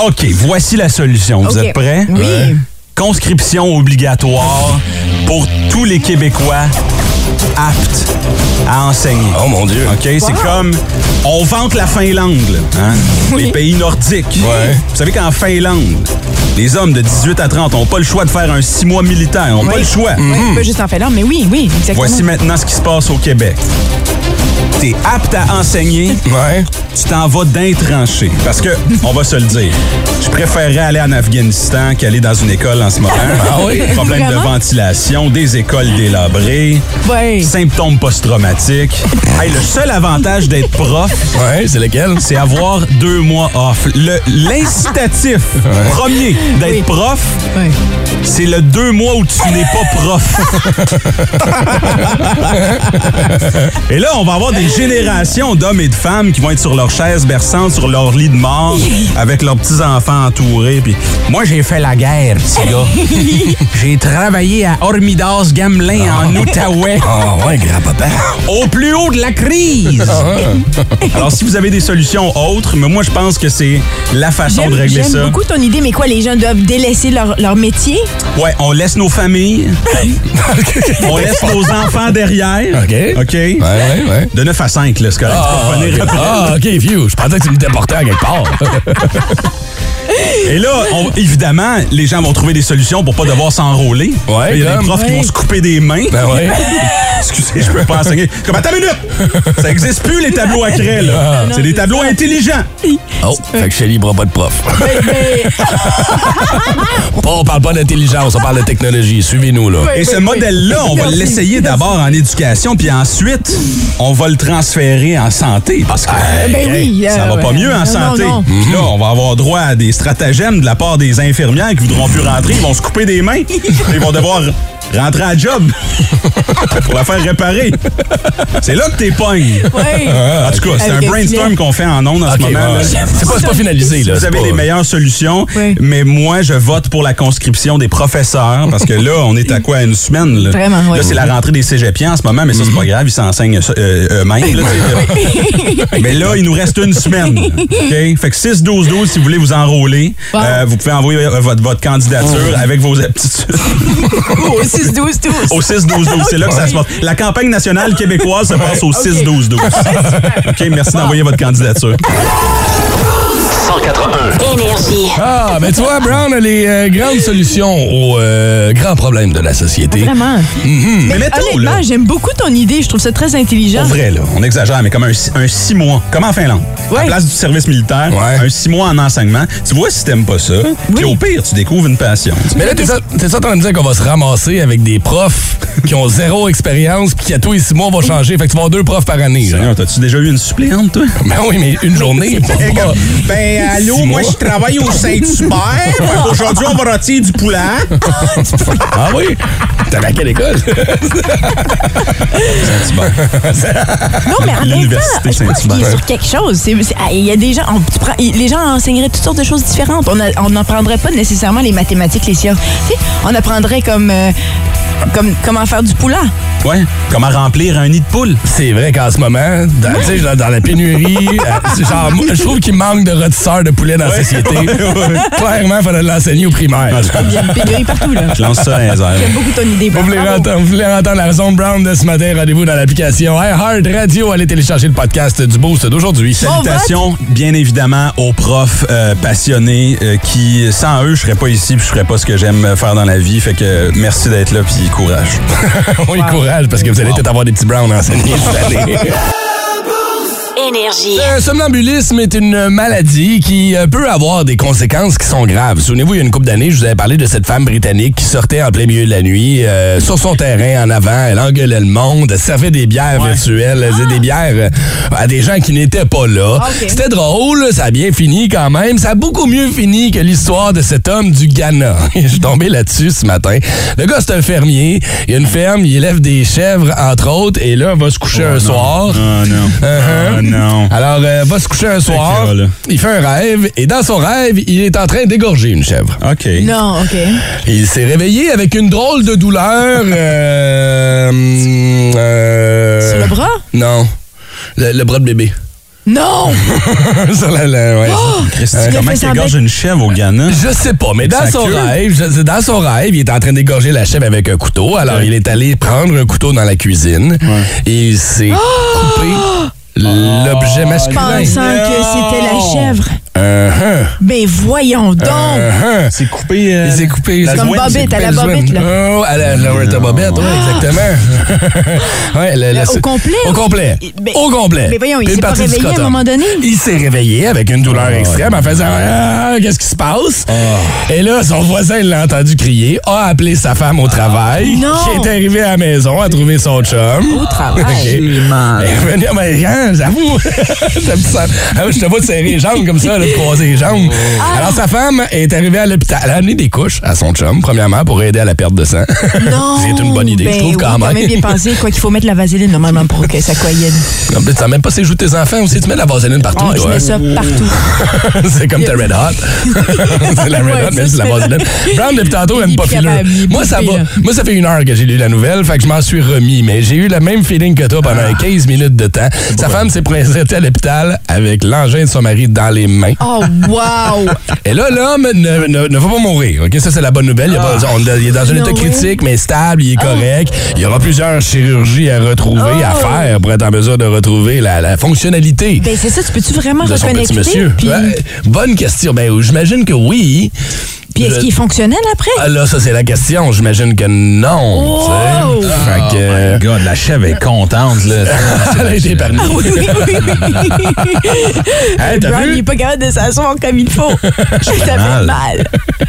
[SPEAKER 6] OK, voici la solution. Vous
[SPEAKER 5] OK.
[SPEAKER 6] êtes prêts?
[SPEAKER 5] Oui. Ouais.
[SPEAKER 6] Conscription obligatoire pour tous les Québécois aptes à enseigner.
[SPEAKER 3] Oh mon Dieu.
[SPEAKER 6] OK, c'est comme on vante la Finlande, là, hein? les pays nordiques.
[SPEAKER 3] Ouais.
[SPEAKER 6] Vous savez qu'en Finlande, les hommes de 18 à 30 n'ont pas le choix de faire un six mois militaire, n'ont pas
[SPEAKER 5] Oui. Mm.
[SPEAKER 6] le choix.
[SPEAKER 5] Ouais, Pas juste en Finlande, mais oui, oui, exactement.
[SPEAKER 6] Voici maintenant ce qui se passe au Québec. T'es apte à enseigner,
[SPEAKER 3] Ouais.
[SPEAKER 6] tu t'en vas d'un tranché. Parce que, on va se le dire, je préférerais aller en Afghanistan qu'aller dans une école en ce moment.
[SPEAKER 3] Ah oui?
[SPEAKER 6] Problème de
[SPEAKER 5] Vraiment?
[SPEAKER 6] ventilation, des écoles délabrées,
[SPEAKER 5] Ouais.
[SPEAKER 6] symptômes post-traumatiques. Hey, le seul avantage d'être prof,
[SPEAKER 3] Ouais, c'est lequel?
[SPEAKER 6] c'est avoir deux mois off. Le- L'incitatif premier d'être
[SPEAKER 5] Oui.
[SPEAKER 6] prof,
[SPEAKER 5] Ouais.
[SPEAKER 6] c'est le deux mois où tu n'es pas prof. et là, on va avoir des générations d'hommes et de femmes qui vont être sur leur chaise berçante, sur leur lit de mort, avec leurs petits-enfants entourés. Puis moi, j'ai fait la guerre, petit gars. j'ai travaillé à Hormidas Gamelin en
[SPEAKER 5] Ah.
[SPEAKER 6] Outaouais,
[SPEAKER 3] Oh ouais, grand-papa.
[SPEAKER 6] au plus haut de la crise. Alors, si vous avez des solutions autres, mais moi, je pense que c'est la façon
[SPEAKER 5] J'aime
[SPEAKER 6] de régler
[SPEAKER 5] j'aime
[SPEAKER 6] ça.
[SPEAKER 5] beaucoup ton idée, mais quoi, les gens doivent délaisser leur, leur métier?
[SPEAKER 6] Ouais, on laisse nos familles, on laisse nos enfants derrière.
[SPEAKER 3] OK.
[SPEAKER 6] OK.
[SPEAKER 3] Ouais, ouais, ouais.
[SPEAKER 6] De 9 à 5, là, c'est correct. Tu peux revenir
[SPEAKER 3] ok.
[SPEAKER 6] après.
[SPEAKER 3] Ah, ok, vieux. Je pensais que tu me déportais à quelque part.
[SPEAKER 6] Et là, on- évidemment, les gens vont trouver des solutions pour pas devoir s'enrôler.
[SPEAKER 3] Ouais,
[SPEAKER 6] Il y a
[SPEAKER 3] comme-
[SPEAKER 6] des profs qui
[SPEAKER 5] Ouais.
[SPEAKER 6] vont se couper des mains.
[SPEAKER 3] Ben ouais.
[SPEAKER 6] Excusez, je peux pas enseigner. Comme, attends une minute! Ça existe plus, les tableaux à craie, là.
[SPEAKER 3] Ah.
[SPEAKER 6] C'est des tableaux intelligents.
[SPEAKER 3] Oh, fait que Shelly libre pas de prof.
[SPEAKER 5] Mais-
[SPEAKER 3] Bon, on parle pas d'intelligence, on parle de technologie. Suivez-nous, là.
[SPEAKER 6] Et ce modèle-là, on va
[SPEAKER 5] Merci.
[SPEAKER 6] l'essayer d'abord en éducation, puis ensuite, on va le transférer en santé. Parce que
[SPEAKER 5] ben oui,
[SPEAKER 6] ça
[SPEAKER 5] euh,
[SPEAKER 6] va pas
[SPEAKER 5] ouais.
[SPEAKER 6] mieux en
[SPEAKER 5] Non,
[SPEAKER 6] santé.
[SPEAKER 5] non, non.
[SPEAKER 6] Puis Là, on va avoir droit à des stratagèmes de la part des infirmières qui voudront plus rentrer. Ils vont se couper des mains. Ils vont devoir rentrer à job pour la faire réparer. C'est là que t'es pogne.
[SPEAKER 5] Ouais.
[SPEAKER 6] En tout cas, c'est un
[SPEAKER 5] Avec un
[SPEAKER 6] brainstorm
[SPEAKER 5] filet.
[SPEAKER 6] qu'on fait en ondes en
[SPEAKER 3] Ok,
[SPEAKER 6] ce moment.
[SPEAKER 3] ouais.
[SPEAKER 6] là.
[SPEAKER 3] c'est pas, c'est pas finalisé, là.
[SPEAKER 6] Vous
[SPEAKER 3] c'est
[SPEAKER 6] avez
[SPEAKER 3] pas-
[SPEAKER 6] les meilleures solutions,
[SPEAKER 5] Oui.
[SPEAKER 6] mais moi, je vote pour la conscription des professeurs parce que là, on est à quoi? Une semaine? Là,
[SPEAKER 5] Vraiment, oui.
[SPEAKER 6] Là, c'est la rentrée des cégepiens en ce moment, mais ça, c'est
[SPEAKER 3] Mhm.
[SPEAKER 6] pas grave, ils s'enseignent euh, eux-mêmes. là, tu sais. mais là, il nous reste une semaine. OK? Fait que 6-12-12, si vous voulez vous enrôler,
[SPEAKER 5] Wow.
[SPEAKER 6] euh, vous pouvez envoyer euh, votre, votre candidature
[SPEAKER 3] Mhm.
[SPEAKER 6] avec vos aptitudes Oh,
[SPEAKER 5] Au 6 12 12.
[SPEAKER 6] au 6-12-12. C'est là que ça se passe. La campagne nationale québécoise se passe au 6-12-12. OK, merci d'envoyer votre candidature.
[SPEAKER 2] 181.
[SPEAKER 1] Énergie.
[SPEAKER 3] Ah, ben tu vois, Brown a les euh, grandes solutions aux euh, grands problèmes de la société.
[SPEAKER 5] Vraiment.
[SPEAKER 6] Mais mettons, là.
[SPEAKER 5] Honnêtement, j'aime beaucoup ton idée. Je trouve ça très intelligent.
[SPEAKER 6] Pour vrai, là, on exagère, mais comme un, si- un six mois, comme en Finlande. À
[SPEAKER 5] Ouais.
[SPEAKER 6] la place du service militaire,
[SPEAKER 3] Ouais.
[SPEAKER 6] un six mois en enseignement. Tu vois si t'aimes pas ça, puis au pire, tu découvres une passion.
[SPEAKER 3] Mais là, t'es ça, t'es ça en train de dire qu'on va se ramasser avec des profs qui ont zéro expérience puis qui à tous les six mois vont changer. Fait que tu vas avoir deux profs par année. là.
[SPEAKER 6] Seigneur, t'as-tu déjà eu une suppléante, toi?
[SPEAKER 3] Ben oui, mais une journée. pas- pas-
[SPEAKER 6] Ben,
[SPEAKER 10] ben, allô,
[SPEAKER 6] Six
[SPEAKER 10] moi,
[SPEAKER 6] mois.
[SPEAKER 10] je travaille au Saint-Hubert. Fait Aujourd'hui, on va rôtir du poulet.
[SPEAKER 3] Ah oui? T'as à quelle école?
[SPEAKER 5] Non, mais en même temps,
[SPEAKER 6] L'université
[SPEAKER 5] je pense qu'il est
[SPEAKER 6] Saint-Hubert.
[SPEAKER 5] sur quelque chose. C'est- c'est- ah, Il y a des gens, on- tu prends- il- les gens enseigneraient toutes sortes de choses différentes. On a- on n'apprendrait pas nécessairement les mathématiques, les sciences. Tu sais, on apprendrait comme, euh, comme comment faire du poulet.
[SPEAKER 6] Ouais. Comment remplir un nid de poule?
[SPEAKER 3] C'est vrai qu'en ce moment, dans, tu sais, genre, dans la pénurie, euh, c'est genre, moi, je trouve qu'il manque de rôtisseurs de poulet dans la société. Clairement, il faudrait l'enseigner au primaire.
[SPEAKER 5] Il y a une pénurie partout, là.
[SPEAKER 6] Je lance ça dans les airs.
[SPEAKER 5] J'aime beaucoup ton idée.
[SPEAKER 3] Vous voulez,
[SPEAKER 5] Bravo.
[SPEAKER 3] entendre, vous voulez entendre la zone brown de ce matin, rendez-vous dans l'application iHeart Radio. Allez télécharger le podcast du Boost d'aujourd'hui.
[SPEAKER 6] Salutations, bien évidemment, aux profs euh, passionnés euh, qui, sans eux, je serais pas ici puis je ferais pas ce que j'aime faire dans la vie. Fait que merci d'être là puis courage.
[SPEAKER 3] Oui, courage, parce que vous allez peut-être avoir des petits browns enseignés cette année.
[SPEAKER 1] Énergie.
[SPEAKER 3] Le somnambulisme est une maladie qui euh, peut avoir des conséquences qui sont graves. Souvenez-vous, il y a une couple d'années, je vous avais parlé de cette femme britannique qui sortait en plein milieu de la nuit euh, sur son terrain en avant. Elle engueulait le monde, elle servait des bières virtuelles, elle faisait des bières euh, à des gens qui n'étaient pas là.
[SPEAKER 5] Ah, ok.
[SPEAKER 3] C'était drôle, ça a bien fini quand même. Ça a beaucoup mieux fini que l'histoire de cet homme du Ghana. Je suis tombé là-dessus ce matin. Le gars, c'est un fermier. Il a une ferme, il élève des chèvres, entre autres, et là, il va se coucher un soir.
[SPEAKER 5] Ah.
[SPEAKER 6] Oh non.
[SPEAKER 3] Uh-huh.
[SPEAKER 6] Oh non.
[SPEAKER 3] Alors, euh, va se coucher un soir,
[SPEAKER 6] que, là.
[SPEAKER 3] il fait un rêve, et dans son rêve, il est en train d'égorger une chèvre.
[SPEAKER 6] OK.
[SPEAKER 5] Non, OK.
[SPEAKER 6] Euh.
[SPEAKER 3] Et il s'est réveillé avec une drôle de douleur. euh, hum, euh,
[SPEAKER 5] Sur le bras?
[SPEAKER 3] Non. Le, le bras de bébé.
[SPEAKER 5] Non!
[SPEAKER 3] Sur la- la- ouais.
[SPEAKER 5] Oh,
[SPEAKER 6] Christy,
[SPEAKER 5] Il a
[SPEAKER 6] comment
[SPEAKER 5] fait
[SPEAKER 6] tu
[SPEAKER 5] semblant-
[SPEAKER 6] égorges une chèvre au Ghana?
[SPEAKER 3] Je sais pas, mais dans
[SPEAKER 6] Sa
[SPEAKER 3] son
[SPEAKER 6] queue?
[SPEAKER 3] rêve, je- dans son rêve, il est en train d'égorger la chèvre avec un couteau. Alors, il est allé prendre un couteau dans la cuisine et il s'est coupé l'objet masculin.
[SPEAKER 5] Pensant que c'était la chèvre.
[SPEAKER 3] Uh-huh.
[SPEAKER 5] Ben voyons donc!
[SPEAKER 3] Uh-huh.
[SPEAKER 6] C'est coupé.
[SPEAKER 10] euh,
[SPEAKER 3] Il s'est coupé.
[SPEAKER 6] la
[SPEAKER 3] c'est
[SPEAKER 6] Comme
[SPEAKER 3] coupé
[SPEAKER 5] euh, Bobette, à la
[SPEAKER 3] le zoin.
[SPEAKER 5] Bobette, là. Ah.
[SPEAKER 3] Oh, à la Loretta Bobette, oui, exactement. ouais, le- le-
[SPEAKER 5] au
[SPEAKER 3] c'est-
[SPEAKER 5] complet,
[SPEAKER 3] Au
[SPEAKER 5] ou-
[SPEAKER 3] complet.
[SPEAKER 5] Ben,
[SPEAKER 3] au complet.
[SPEAKER 5] mais voyons, il
[SPEAKER 3] Puis une
[SPEAKER 5] s'est pas
[SPEAKER 3] partie du
[SPEAKER 5] réveillé à un
[SPEAKER 3] scrotum.
[SPEAKER 5] moment donné?
[SPEAKER 3] Il s'est réveillé avec une douleur extrême en faisant Ah, Qu'est-ce qui se passe?
[SPEAKER 5] Ah.
[SPEAKER 3] Et là, son voisin l'a entendu crier, a appelé sa femme au travail,
[SPEAKER 5] Ah. Non.
[SPEAKER 3] qui est arrivée à la maison, a trouvé son chum.
[SPEAKER 5] Au travail.
[SPEAKER 3] Ok.
[SPEAKER 5] Ah.
[SPEAKER 3] Elle est revenue, mais hein, j'avoue. T'as mis ça- Ah oui, je te vois de serrer les jambes comme ça, là, de croiser les jambes.
[SPEAKER 5] Ah.
[SPEAKER 3] Alors, sa femme est arrivée à l'hôpital. Elle a amené des couches à son chum, premièrement, pour aider à la perte de sang.
[SPEAKER 5] Non!
[SPEAKER 3] C'est une bonne idée, je
[SPEAKER 5] Ben
[SPEAKER 3] trouve,
[SPEAKER 5] oui,
[SPEAKER 3] quand même.
[SPEAKER 5] bien pensé, quoi qu'il faut mettre la vaseline normalement pour que ça coïne.
[SPEAKER 3] En plus, tu n'as même pas ses joues de tes enfants aussi. Tu mets de la vaseline partout,
[SPEAKER 5] Oh, je
[SPEAKER 3] toi. hein.
[SPEAKER 5] mets ça partout.
[SPEAKER 3] c'est comme ta Red Hot. c'est la Red
[SPEAKER 5] Ouais,
[SPEAKER 3] Hot, mais c'est la vaseline. Brown, depuis tantôt, elle
[SPEAKER 5] Il
[SPEAKER 3] me pas
[SPEAKER 5] est
[SPEAKER 3] fileux.
[SPEAKER 5] capable, il est
[SPEAKER 3] Moi, ça
[SPEAKER 5] bouffé,
[SPEAKER 3] va.
[SPEAKER 5] là.
[SPEAKER 3] Moi, ça fait une heure que j'ai lu la nouvelle, fait que je m'en suis remis, mais j'ai eu le même feeling que toi
[SPEAKER 5] Ah.
[SPEAKER 3] pendant 15 minutes de temps. Sa femme s'est présentée à l'hôpital avec l'engin de son mari dans les mains.
[SPEAKER 5] Oh, wow!
[SPEAKER 3] Et là, l'homme ne, ne- ne va pas mourir. OK? Ça, c'est la bonne nouvelle. Il, a
[SPEAKER 5] Ah.
[SPEAKER 3] pas- on- il est dans un
[SPEAKER 5] No
[SPEAKER 3] état
[SPEAKER 5] way.
[SPEAKER 3] critique, mais stable,
[SPEAKER 5] Ah.
[SPEAKER 3] il est correct. Il y aura plusieurs chirurgies à retrouver, à faire pour être en mesure de retrouver la, la fonctionnalité.
[SPEAKER 5] Ben c'est ça, tu peux-tu vraiment
[SPEAKER 3] de son
[SPEAKER 5] reconnecter?
[SPEAKER 3] petit monsieur.
[SPEAKER 5] Puis,
[SPEAKER 3] Ouais, bonne question. Ben, j'imagine que oui.
[SPEAKER 5] puis est-ce
[SPEAKER 3] Je-
[SPEAKER 5] qu'il est fonctionnel après?
[SPEAKER 3] Ah, là, ça, c'est la question. J'imagine que non.
[SPEAKER 5] Wow!
[SPEAKER 3] tu Ah, sais. Fait que-
[SPEAKER 6] Oh
[SPEAKER 3] euh,
[SPEAKER 6] My God, la chèvre est contente, là.
[SPEAKER 3] Elle a été épargnée.
[SPEAKER 5] Ah oui, oui, oui,
[SPEAKER 3] Hey, t'as
[SPEAKER 5] Brown,
[SPEAKER 3] vu?
[SPEAKER 5] il est pas capable de s'asseoir comme il faut. ça fait
[SPEAKER 6] mal.
[SPEAKER 5] mal.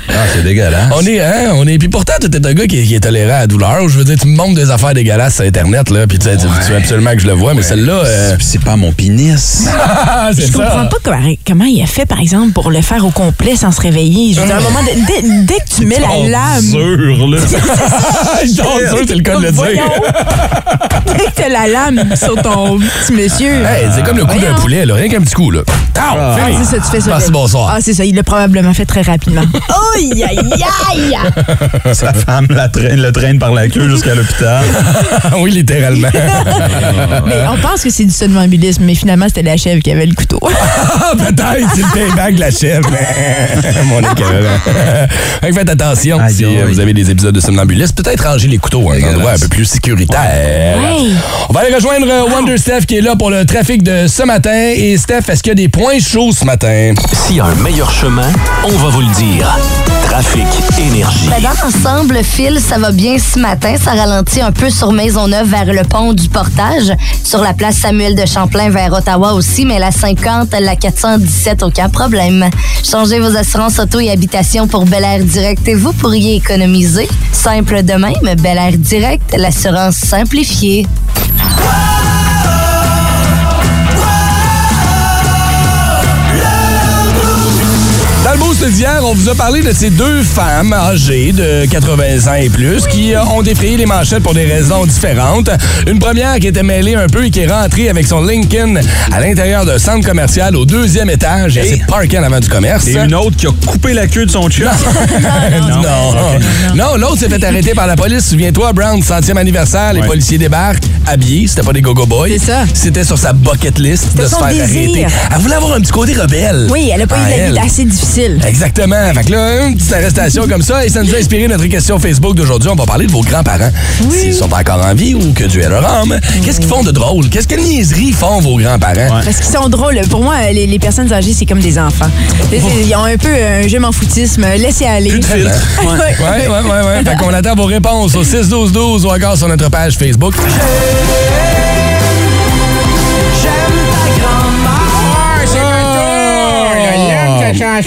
[SPEAKER 6] Ah, c'est dégueulasse.
[SPEAKER 3] On est, hein, on est. Puis pourtant, tu un gars qui, qui est tolérant à la douleur. Je veux dire, tu me montres des affaires dégueulasses sur Internet, là. Puis tu sais, tu- tu veux absolument que je le vois, mais celle-là. euh,
[SPEAKER 6] C'est- C'est pas mon pénis.
[SPEAKER 3] ah, c'est
[SPEAKER 5] Je comprends
[SPEAKER 3] ça.
[SPEAKER 5] pas comment, comment il a fait, par exemple, pour le faire au complet sans se réveiller. Je veux dire, à un moment, de- dès, dès que tu mets la
[SPEAKER 3] Oh,
[SPEAKER 5] lame.
[SPEAKER 6] Sûr, là.
[SPEAKER 3] Il tombe sur, Ah, c'est le cas de le
[SPEAKER 5] Voyons.
[SPEAKER 3] dire.
[SPEAKER 5] Dès que t'as la lame sur ton petit monsieur.
[SPEAKER 3] Hey, c'est comme le coup d'un
[SPEAKER 5] Voyons.
[SPEAKER 3] poulet, là. Rien qu'un petit coup, là. Tao,
[SPEAKER 5] Ah,
[SPEAKER 3] fini.
[SPEAKER 5] c'est ça, tu fais ça.
[SPEAKER 3] Merci,
[SPEAKER 5] Ben-
[SPEAKER 3] bonsoir.
[SPEAKER 5] Ah, c'est ça, il l'a probablement fait très rapidement. Aïe, aïe, aïe!
[SPEAKER 6] Sa femme la traîne, le traîne par la queue jusqu'à l'hôpital.
[SPEAKER 3] oui, littéralement.
[SPEAKER 5] Mais on pense que c'est du somnambulisme, mais finalement, c'était la chèvre qui avait le couteau.
[SPEAKER 3] Ah, peut-être, c'est le payback de la chef. Mon écœurant. Fait que Faites attention
[SPEAKER 6] Aïe,
[SPEAKER 3] si euh,
[SPEAKER 6] aïe.
[SPEAKER 3] vous avez des épisodes de somnambulisme. Peut-être ranger les couteaux à un endroit un peu plus sécuritaire.
[SPEAKER 5] Ouais.
[SPEAKER 3] On va aller rejoindre euh, Wonder Steph qui est là pour le trafic de ce matin. Et Steph, est-ce qu'il y a des points chauds ce matin?
[SPEAKER 2] S'il y a un meilleur chemin, on va vous le dire. Trafic Énergie.
[SPEAKER 11] Ben, dans l'ensemble, Phil, ça va bien ce matin. Ça ralentit un peu sur Maisonneuve vers le pont du Portage, sur la place Samuel de Champlain vers Ottawa aussi, mais la 50, la 417, aucun problème. Changez vos assurances auto et habitation pour Bel Air Direct et vous pourriez économiser. Simple de même, Bel Air Direct, l'assurance simplifiée.
[SPEAKER 3] boost d'hier, on vous a parlé de ces deux femmes âgées de 80 ans et plus qui euh, ont défrayé les manchettes pour des raisons différentes. Une première qui était mêlée un peu et qui est rentrée avec son Lincoln à l'intérieur d'un centre commercial au deuxième étage. Et elle s'est parkée en avant du commerce.
[SPEAKER 6] Et une autre qui a coupé la queue de son
[SPEAKER 3] Ah,
[SPEAKER 6] chien.
[SPEAKER 3] Non, non, Non, l'autre s'est fait arrêter par la police. Souviens-toi, Brown, centième anniversaire, les policiers débarquent, habillés, c'était pas des go-go boys. C'était sur sa bucket list de
[SPEAKER 5] C'était
[SPEAKER 3] se
[SPEAKER 5] son
[SPEAKER 3] faire
[SPEAKER 5] désir.
[SPEAKER 3] arrêter. Elle voulait avoir un petit côté rebelle.
[SPEAKER 5] Oui, elle a pas eu
[SPEAKER 3] Ah,
[SPEAKER 5] de la
[SPEAKER 3] elle.
[SPEAKER 5] vie assez difficile.
[SPEAKER 3] Exactement. Fait que là, une petite arrestation comme ça, et ça nous a inspiré notre question Facebook d'aujourd'hui. On va parler de vos grands-parents. S'ils sont encore en vie ou que Dieu est leur âme. Qu'est-ce qu'ils font de drôle? Qu'est-ce que niaiseries font vos grands-parents?
[SPEAKER 5] Parce qu'ils sont drôles. Pour moi, les, les personnes âgées, c'est comme des enfants. C'est- c'est- Ils ont un peu un je m'en foutisme. Laissez aller.
[SPEAKER 3] Ouais, ouais, ouais, ouais, ouais. Fait qu'on attend vos réponses au 6-12-12 ou encore sur notre page Facebook.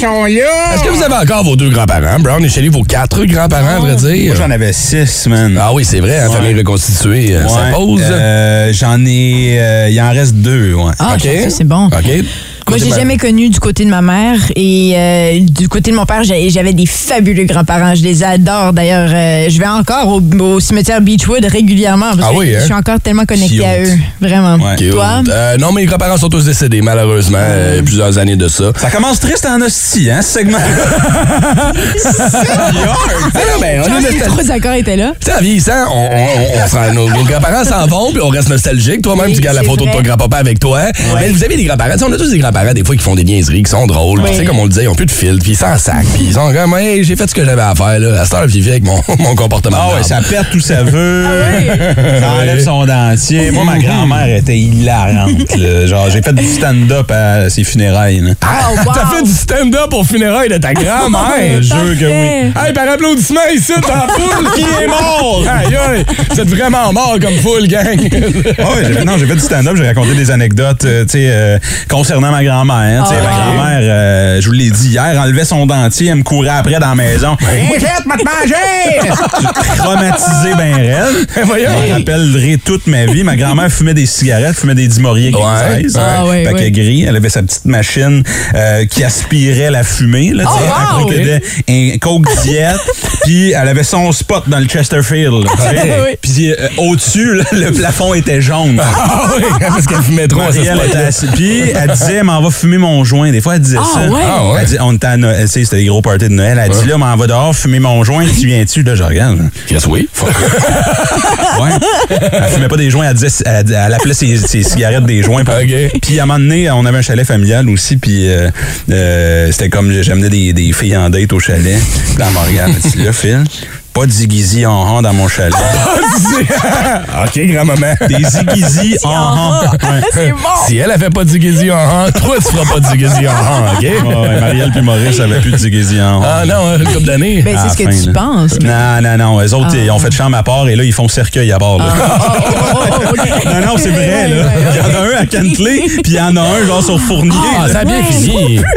[SPEAKER 3] Oh! Est-ce que vous avez encore vos deux grands-parents? Brown et Shelley, vos quatre grands-parents, à vrai dire?
[SPEAKER 6] Moi, j'en avais six, man.
[SPEAKER 3] Ah oui, c'est vrai, hein, famille reconstituée, euh, ça
[SPEAKER 6] Ouais,
[SPEAKER 3] pose.
[SPEAKER 6] euh, j'en ai. euh, il en reste deux, ouais.
[SPEAKER 5] Ah, ça, c'est bon.
[SPEAKER 3] OK.
[SPEAKER 5] Moi, j'ai jamais connu du côté de ma mère et euh, du côté de mon père, j'ai- j'avais des fabuleux grands-parents. Je les adore. D'ailleurs, euh, je vais encore au, au cimetière Beechwood régulièrement parce
[SPEAKER 3] Ah
[SPEAKER 5] que
[SPEAKER 3] oui, hein?
[SPEAKER 5] je suis encore tellement connectée à
[SPEAKER 3] Cute.
[SPEAKER 5] eux. Vraiment.
[SPEAKER 3] Cute.
[SPEAKER 5] Toi?
[SPEAKER 3] Euh, non, mes grands-parents sont tous décédés, malheureusement, euh, plusieurs années de ça.
[SPEAKER 6] Ça commence triste en hostie, hein, ce segment.
[SPEAKER 3] Ah, non, mais on est
[SPEAKER 5] Charles, les
[SPEAKER 3] nostal-
[SPEAKER 5] trois accords étaient là.
[SPEAKER 3] Tu sais, en vieillissant, on, on- on s'en- nos, nos grands-parents s'en vont, puis on reste nostalgique. Toi-même,
[SPEAKER 5] Oui,
[SPEAKER 3] tu gardes la
[SPEAKER 5] c'est
[SPEAKER 3] photo
[SPEAKER 5] vrai.
[SPEAKER 3] de ton grand-papa avec toi. Mais vous avez des grands-parents. Tu sais, On a tous des grands-parents, des fois, qui font des niaiseries, qui sont drôles. Puis,
[SPEAKER 5] Oui.
[SPEAKER 3] Tu sais, comme on le disait, ils ont plus de fil, puis ils s'en sac, puis ils sont comme, hey, j'ai fait ce que j'avais à faire, là. À cette heure, je vivais avec mon, mon comportement.
[SPEAKER 6] Ah ouais,
[SPEAKER 3] d'arbre.
[SPEAKER 6] ça perd tout ça veut.
[SPEAKER 5] Ah
[SPEAKER 6] Ça enlève son dentier. Moi, ma grand-mère était hilarante. là. Genre, j'ai fait du stand-up à ses funérailles. là.
[SPEAKER 5] Oh,
[SPEAKER 6] Ah.
[SPEAKER 5] wow.
[SPEAKER 3] T'as fait du stand-up au funérailles de ta
[SPEAKER 6] Je
[SPEAKER 3] grand-mère.
[SPEAKER 6] te jure que oui.
[SPEAKER 3] Hey, par applaudissement ici, dans la foule, qui est mort? Aïe, aïe, vous êtes vraiment mort comme foule, gang.
[SPEAKER 6] Ah ouais, j'ai fait- non, j'ai fait du stand-up, j'ai raconté des anecdotes euh, tu sais, euh, concernant ma grand-mère. Tu sais,
[SPEAKER 5] Ah,
[SPEAKER 6] ma
[SPEAKER 5] ok.
[SPEAKER 6] grand-mère, euh, je vous l'ai dit hier, enlevait son dentier, elle me courait après dans la maison. Moi, j'ai m'a hein. te manger! Traumatisé ben raide.
[SPEAKER 3] Voyons.
[SPEAKER 6] Je me rappellerai toute ma vie. Ma grand-mère fumait des cigarettes, fumait des dimoriers
[SPEAKER 3] Ouais.
[SPEAKER 6] grises.
[SPEAKER 5] Ah, ouais,
[SPEAKER 6] paquet
[SPEAKER 5] ouais.
[SPEAKER 6] gris. Elle avait sa petite machine euh, qui aspirait la fumée. Là, tu
[SPEAKER 5] Oh,
[SPEAKER 6] sais, un
[SPEAKER 5] wow!
[SPEAKER 6] truc de- un coke diète. Puis elle avait son spot dans le Chesterfield. là, tu sais.
[SPEAKER 5] Oui.
[SPEAKER 6] Puis euh, au-dessus, là, le plafond était jaune.
[SPEAKER 3] Ah oui, parce qu'elle fumait trop à ce
[SPEAKER 6] Marielle était
[SPEAKER 3] spot-là.
[SPEAKER 6] assise. Puis elle disait, m'en va fumer mon joint. Des fois, elle disait
[SPEAKER 5] Ah
[SPEAKER 6] ça.
[SPEAKER 5] ouais?
[SPEAKER 3] Ah ouais?
[SPEAKER 6] Elle dit, on était à Noël, tu sais, c'était des gros parties de Noël. Elle dit, là, m'en va dehors fumer mon joint. Tu viens-tu? Là, je regarde.
[SPEAKER 3] Yes, oui.
[SPEAKER 6] Ouais. Elle fumait pas des joints, elle, disait, elle, elle appelait ses, ses cigarettes des joints.
[SPEAKER 3] OK.
[SPEAKER 6] Puis à un moment donné, on avait un chalet familial aussi, puis euh, euh, c'était comme j'amenais des, des filles en date au chalet. Puis là, elle me regarde, elle dit, là, Phil, pas de ziguizi en rang dans mon chalet.
[SPEAKER 3] Ah, OK, grand-maman.
[SPEAKER 6] Des ziguizi en rang.
[SPEAKER 5] Ah, C'est bon.
[SPEAKER 3] Si elle, elle fait pas du guézi en han, toi, tu feras pas du guézi en han, OK?
[SPEAKER 6] Ouais, ouais, Marielle puis Maurice n'avaient plus de ziguizi en rang.
[SPEAKER 3] Ah non, hein, une couple d'années.
[SPEAKER 5] Ben, c'est ce
[SPEAKER 6] À la
[SPEAKER 5] que
[SPEAKER 6] Ah, fin, là.
[SPEAKER 5] tu penses. Ah.
[SPEAKER 6] Non, non, non. Eux autres, ils ont fait chambre à part et là, ils font cercueil à bord. là. Non, non, c'est vrai, là. Il y en a un à Cantley, puis il y en a un, genre, sur Fournier.
[SPEAKER 3] Ah,
[SPEAKER 6] là.
[SPEAKER 3] ça a bien fini.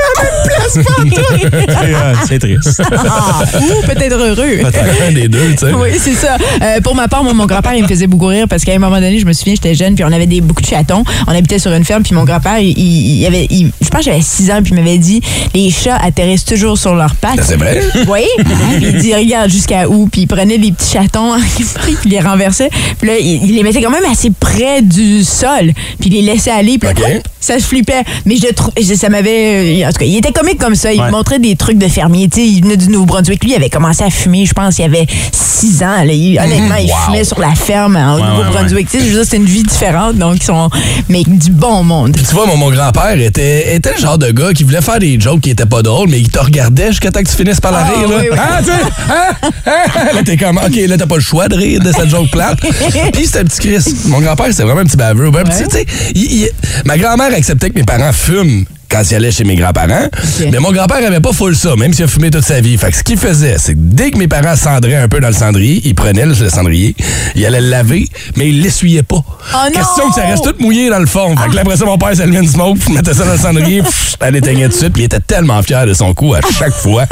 [SPEAKER 6] C'est, euh, c'est triste.
[SPEAKER 5] Ah, Ou peut-être heureux.
[SPEAKER 3] Un des deux, tu sais.
[SPEAKER 5] Oui, c'est ça. Euh, pour ma part, moi, mon grand-père, il me faisait beaucoup rire parce qu'à un moment donné, je me souviens, j'étais jeune, puis on avait des, beaucoup de chatons. On habitait sur une ferme, puis mon grand-père, il, il- il avait, il- je pense que j'avais 6 ans, puis il m'avait dit les chats atterrissent toujours sur leurs pattes.
[SPEAKER 3] C'est vrai?
[SPEAKER 5] Oui. Puis il dit regarde jusqu'à où, puis il prenait des petits chatons, puis il les renversait, puis là, il, il les mettait quand même assez près du sol, puis il les laissait aller, puis là,
[SPEAKER 3] OK.
[SPEAKER 5] hop, ça se flippait. Mais je trouve, ça m'avait, euh, en tout cas, il était comique comme ça. Il
[SPEAKER 6] Ouais.
[SPEAKER 5] me montrait des trucs de fermier. Tu sais, il venait du Nouveau-Brunswick. Lui, il avait commencé à fumer, je pense, il avait six ans. là. Il- honnêtement, il fumait sur la ferme hein, au
[SPEAKER 6] Mmh, ouais,
[SPEAKER 5] Nouveau-Brunswick. Tu sais, je veux dire, c'est une vie différente, donc ils sont, mais du bon monde.
[SPEAKER 3] Puis tu vois, mon, mon grand-père était, était le genre de gars qui voulait faire des jokes qui étaient pas drôles, mais il te regardait jusqu'à temps que tu finisses par la
[SPEAKER 5] Ah,
[SPEAKER 3] rire. Là.
[SPEAKER 5] oui, oui.
[SPEAKER 3] Hein, tu sais? Hein? Hein? Là, t'es comme, OK, là, t'as pas le choix de rire de cette joke plate. Puis c'était un petit Chris. Mon grand-père, c'était vraiment un petit baveux. Ben, petit, tu sais, il- il- ma grand-mère acceptait que mes parents fument quand ils allaient chez mes grands-parents. Mais mon grand-père avait pas full ça, même s'il a fumé toute sa vie. Fait que ce qu'il faisait, c'est que dès que mes parents cendraient un peu dans le cendrier, il prenait le le cendrier, il allait le laver, mais il l'essuyait pas.
[SPEAKER 5] Oh non!
[SPEAKER 3] Question que ça reste tout mouillé dans le fond. Fait que là, après ça, mon père s'allumait une smoke, puis mettait ça dans le cendrier, pff, elle éteignait dessus, puis il était tellement fier de son coup à chaque fois.